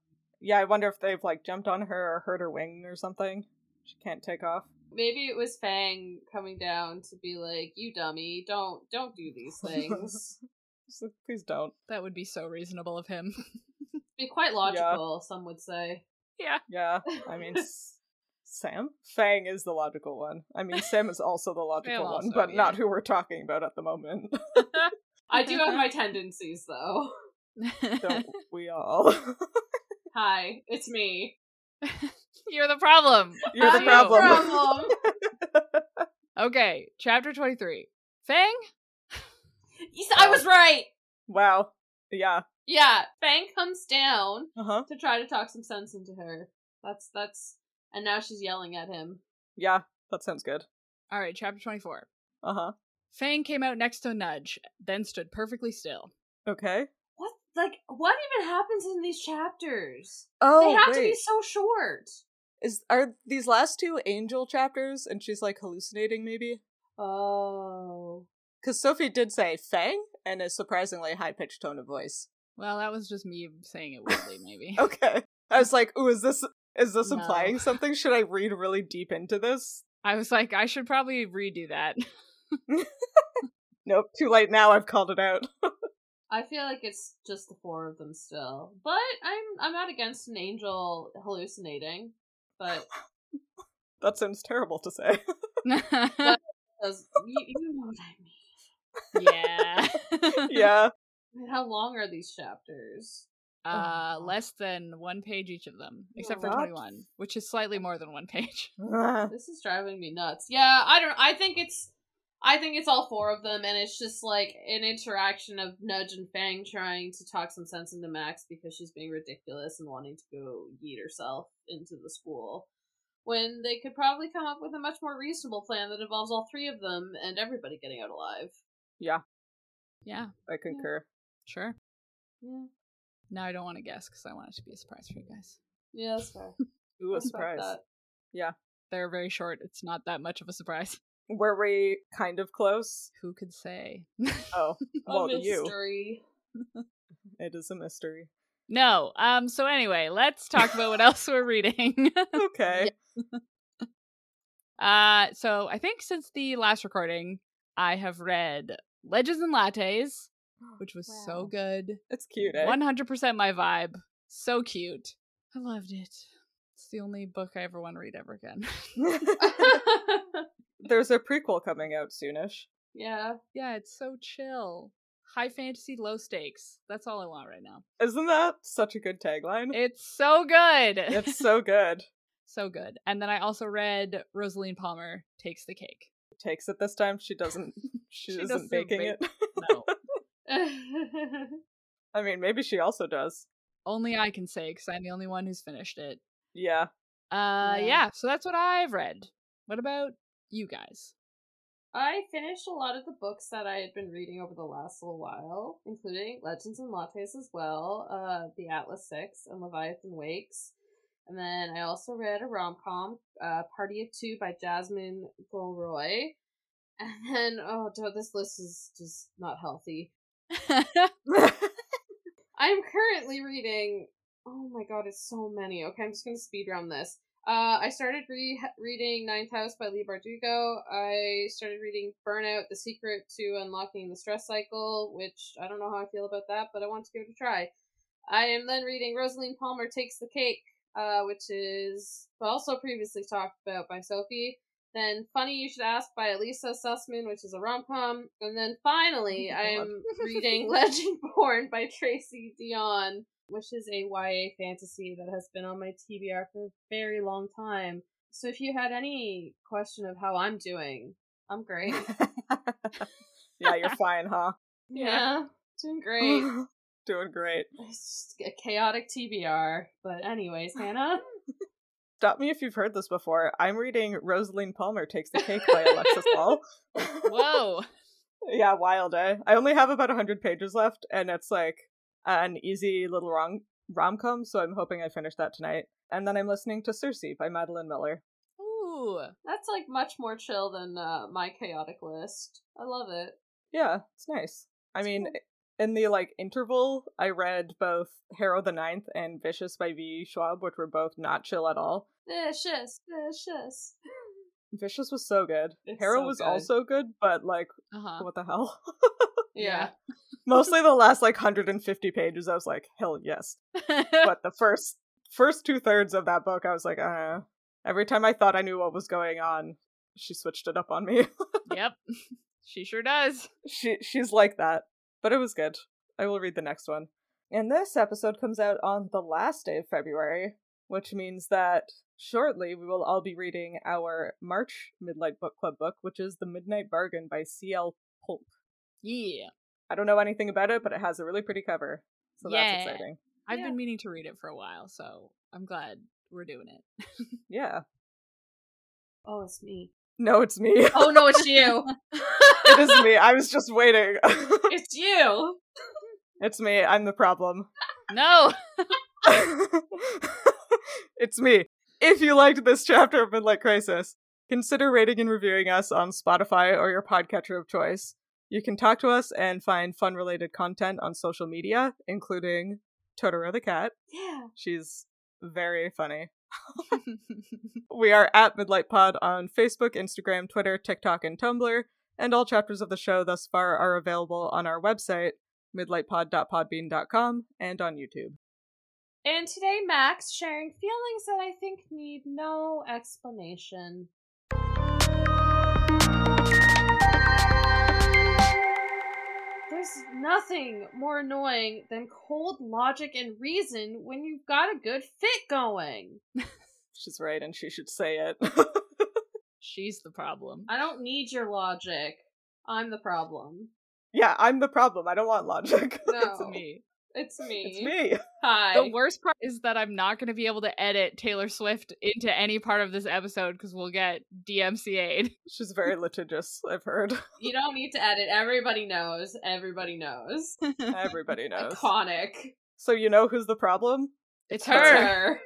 [SPEAKER 2] yeah. I wonder if they've like jumped on her or hurt her wing or something. She can't take off.
[SPEAKER 3] Maybe it was Fang coming down to be like, "You dummy, don't don't do these things."
[SPEAKER 2] Just like, please don't.
[SPEAKER 1] That would be so reasonable of him.
[SPEAKER 3] be quite logical, some would say.
[SPEAKER 1] yeah.
[SPEAKER 2] Yeah, I mean, s- Sam Fang is the logical one. I mean, Sam is also the logical
[SPEAKER 1] Sam
[SPEAKER 2] one,
[SPEAKER 1] also,
[SPEAKER 2] but not
[SPEAKER 1] yeah.
[SPEAKER 2] who we're talking about at the moment.
[SPEAKER 3] I do have my tendencies though.
[SPEAKER 2] don't we all?
[SPEAKER 3] Hi, it's me.
[SPEAKER 1] You're the problem.
[SPEAKER 2] You're the
[SPEAKER 3] I'm
[SPEAKER 2] problem.
[SPEAKER 3] problem.
[SPEAKER 1] Okay, chapter 23. Fang?
[SPEAKER 3] Yes, I was right.
[SPEAKER 2] wow. Yeah.
[SPEAKER 3] Yeah, Fang comes down
[SPEAKER 2] Uh huh.
[SPEAKER 3] to try to talk some sense into her. That's that's and now she's yelling at him.
[SPEAKER 2] Yeah, that sounds good.
[SPEAKER 1] All right, chapter 24.
[SPEAKER 2] Uh huh.
[SPEAKER 1] Fang came out next to Nudge, then stood perfectly still.
[SPEAKER 2] Okay.
[SPEAKER 3] What like what even happens in these chapters?
[SPEAKER 2] Oh
[SPEAKER 3] they have
[SPEAKER 2] wait,
[SPEAKER 3] to be so short.
[SPEAKER 2] is are these last two angel chapters? And she's like hallucinating, maybe?
[SPEAKER 3] Oh.
[SPEAKER 2] Because Sophie did say "fang" and a surprisingly high pitched tone of voice.
[SPEAKER 1] Well, that was just me saying it weirdly, maybe.
[SPEAKER 2] Okay, I was like, "Ooh, is this is this
[SPEAKER 1] No.
[SPEAKER 2] implying something? Should I read really deep into this?"
[SPEAKER 1] I was like, I should probably redo that.
[SPEAKER 2] Nope, too late now. I've called it out.
[SPEAKER 3] I feel like it's just the four of them still. But I'm I'm not against an angel hallucinating. But
[SPEAKER 2] that sounds terrible to say.
[SPEAKER 3] does you, you know what I
[SPEAKER 1] yeah.
[SPEAKER 3] mean.
[SPEAKER 2] yeah,
[SPEAKER 3] Wait, How long are these chapters? Oh.
[SPEAKER 1] Uh, less than one page each of them, except for
[SPEAKER 2] What?
[SPEAKER 1] 21, which is slightly more than one page.
[SPEAKER 3] This is driving me nuts. Yeah, I don't. I think it's. I think it's all four of them, and it's just like an interaction of Nudge and Fang trying to talk some sense into Max because she's being ridiculous and wanting to go yeet herself into the school. When they could probably come up with a much more reasonable plan that involves all three of them and everybody getting out alive.
[SPEAKER 1] Yeah,
[SPEAKER 2] I concur.
[SPEAKER 1] sure.
[SPEAKER 3] Yeah,
[SPEAKER 1] Now I don't want to guess because I want it to be a surprise for you guys.
[SPEAKER 3] yeah, that's fair.
[SPEAKER 2] Ooh, a
[SPEAKER 3] About
[SPEAKER 2] surprise.
[SPEAKER 3] that.
[SPEAKER 1] They're very short. It's not that much of a surprise.
[SPEAKER 2] Were we kind of close?
[SPEAKER 1] Who could say?
[SPEAKER 2] Oh, well,
[SPEAKER 3] a
[SPEAKER 2] you.
[SPEAKER 3] mystery.
[SPEAKER 2] It is a mystery.
[SPEAKER 1] no. Um. So anyway, let's talk about what else we're reading.
[SPEAKER 2] Okay.
[SPEAKER 1] Uh, so I think since the last recording, I have read Legends and Lattes, which was
[SPEAKER 3] Wow.
[SPEAKER 1] so good.
[SPEAKER 2] It's cute, eh?
[SPEAKER 1] One hundred percent my vibe. So cute. I loved it. It's the only book I ever want to read ever again.
[SPEAKER 2] There's a prequel coming out soonish.
[SPEAKER 3] yeah,
[SPEAKER 1] yeah, it's so chill. High fantasy, low stakes. That's all I want right now.
[SPEAKER 2] Isn't that such a good tagline?
[SPEAKER 1] It's so good.
[SPEAKER 2] it's so good.
[SPEAKER 1] so good. And then I also read Rosaline Palmer Takes the Cake.
[SPEAKER 2] Takes it this time. She doesn't.
[SPEAKER 1] She
[SPEAKER 2] She, isn't
[SPEAKER 1] doesn't
[SPEAKER 2] baking
[SPEAKER 1] bake.
[SPEAKER 2] it.
[SPEAKER 1] No.
[SPEAKER 2] I mean, maybe she also does.
[SPEAKER 1] only I can say because I'm the only one who's finished it.
[SPEAKER 2] Yeah.
[SPEAKER 1] Uh,
[SPEAKER 3] Yeah.
[SPEAKER 1] yeah. So that's what I've read. What about you guys?
[SPEAKER 3] I finished a lot of the books that I had been reading over the last little while, including Legends and Lattes as well, uh, The Atlas Six and Leviathan Wakes. And then I also read a rom com, uh, Party of Two by Jasmine Gilroy. And then, oh, dude, this list is just not healthy. I am currently reading. Oh my god, it's so many. Okay, I'm just gonna speed round this. Uh, I started re- reading Ninth House by Lee Bardugo. I started reading Burnout: The Secret to Unlocking the Stress Cycle, which I don't know how I feel about that, but I want to give it a try. I am then reading Rosaline Palmer Takes the Cake, uh, which is also previously talked about by Sophie. Then Funny You Should Ask by Elisa Sussman, which is a rom com. And then finally,
[SPEAKER 2] God.
[SPEAKER 3] I'm reading Legend Born by Tracy Dion, which is a YA fantasy that has been on my TBR for a very long time. So if you had any question of how I'm doing, I'm great.
[SPEAKER 2] yeah, you're fine, huh?
[SPEAKER 1] Yeah.
[SPEAKER 3] yeah, doing great.
[SPEAKER 2] Doing great.
[SPEAKER 3] It's just a chaotic TBR. But anyways, Hannah.
[SPEAKER 2] Stop me if you've heard this before. I'm reading Rosaline Palmer Takes the Cake by Alexis Ball.
[SPEAKER 1] Whoa.
[SPEAKER 2] yeah, wild, eh? I only have about 100 pages left, and it's like an easy little rom- rom-com, so I'm hoping I finish that tonight. And then I'm listening to Circe by Madeline Miller.
[SPEAKER 1] Ooh.
[SPEAKER 3] That's like much more chill than uh, my chaotic list. I love it.
[SPEAKER 2] Yeah, it's nice. I mean, in the like interval, I read both Harrow the Ninth and Vicious by V. Schwab, which were both not chill at all.
[SPEAKER 3] Vicious, vicious.
[SPEAKER 2] Vicious was so good.
[SPEAKER 3] It's
[SPEAKER 2] Harrow
[SPEAKER 3] so
[SPEAKER 2] was
[SPEAKER 3] good.
[SPEAKER 2] also good, but like,
[SPEAKER 1] Uh huh.
[SPEAKER 2] what the hell?
[SPEAKER 3] Yeah.
[SPEAKER 2] Mostly the last like 150 pages, I was like, hell yes. But the first first two thirds of that book, I was like, uh. Every time I thought I knew what was going on, she switched it up on me.
[SPEAKER 1] yep. She sure does.
[SPEAKER 2] she she's like that. But it was good. I will read the next one. And this episode comes out on the last day of February, which means that shortly we will all be reading our March Midnight Book Club book, which is The Midnight Bargain by C.L. Polk.
[SPEAKER 1] Yeah.
[SPEAKER 2] I don't know anything about it, but it has a really pretty cover. So
[SPEAKER 1] Yeah.
[SPEAKER 2] that's exciting.
[SPEAKER 1] I've
[SPEAKER 3] Yeah.
[SPEAKER 1] been meaning to read it for a while, so I'm glad we're doing it.
[SPEAKER 2] Yeah.
[SPEAKER 3] Oh, it's me.
[SPEAKER 2] No, it's me.
[SPEAKER 3] Oh no, it's you.
[SPEAKER 2] it is me. I was just waiting.
[SPEAKER 3] it's you.
[SPEAKER 2] it's me. I'm the problem.
[SPEAKER 1] No.
[SPEAKER 2] it's me. If you liked this chapter of Midlight Crisis, consider rating and reviewing us on Spotify or your podcatcher of choice. You can talk to us and find fun related content on social media, including Totoro the cat.
[SPEAKER 3] Yeah.
[SPEAKER 2] She's very funny. We are at Midlight Pod on Facebook, Instagram, Twitter, TikTok, and Tumblr, and all chapters of the show thus far are available on our website, midlightpod.podbean.com, and on YouTube.
[SPEAKER 3] And today, Max sharing feelings that I think need no explanation. There's nothing more annoying than cold logic and reason when you've got a good fit going.
[SPEAKER 2] She's right, and she should say it.
[SPEAKER 1] She's the problem.
[SPEAKER 3] I don't need your logic. I'm the problem.
[SPEAKER 2] yeah, I'm the problem. I don't want logic.
[SPEAKER 3] No,
[SPEAKER 1] It's me.
[SPEAKER 3] It's me.
[SPEAKER 2] it's me.
[SPEAKER 3] Hi.
[SPEAKER 1] The worst part is that I'm not going to be able to edit Taylor Swift into any part of this episode because we'll get DMCA'd.
[SPEAKER 2] She's very litigious, I've heard.
[SPEAKER 3] you don't need to edit. Everybody knows. Everybody knows.
[SPEAKER 2] Everybody knows.
[SPEAKER 3] Iconic.
[SPEAKER 2] So, you know who's the problem?
[SPEAKER 1] It's
[SPEAKER 2] her.
[SPEAKER 1] her.
[SPEAKER 3] Her.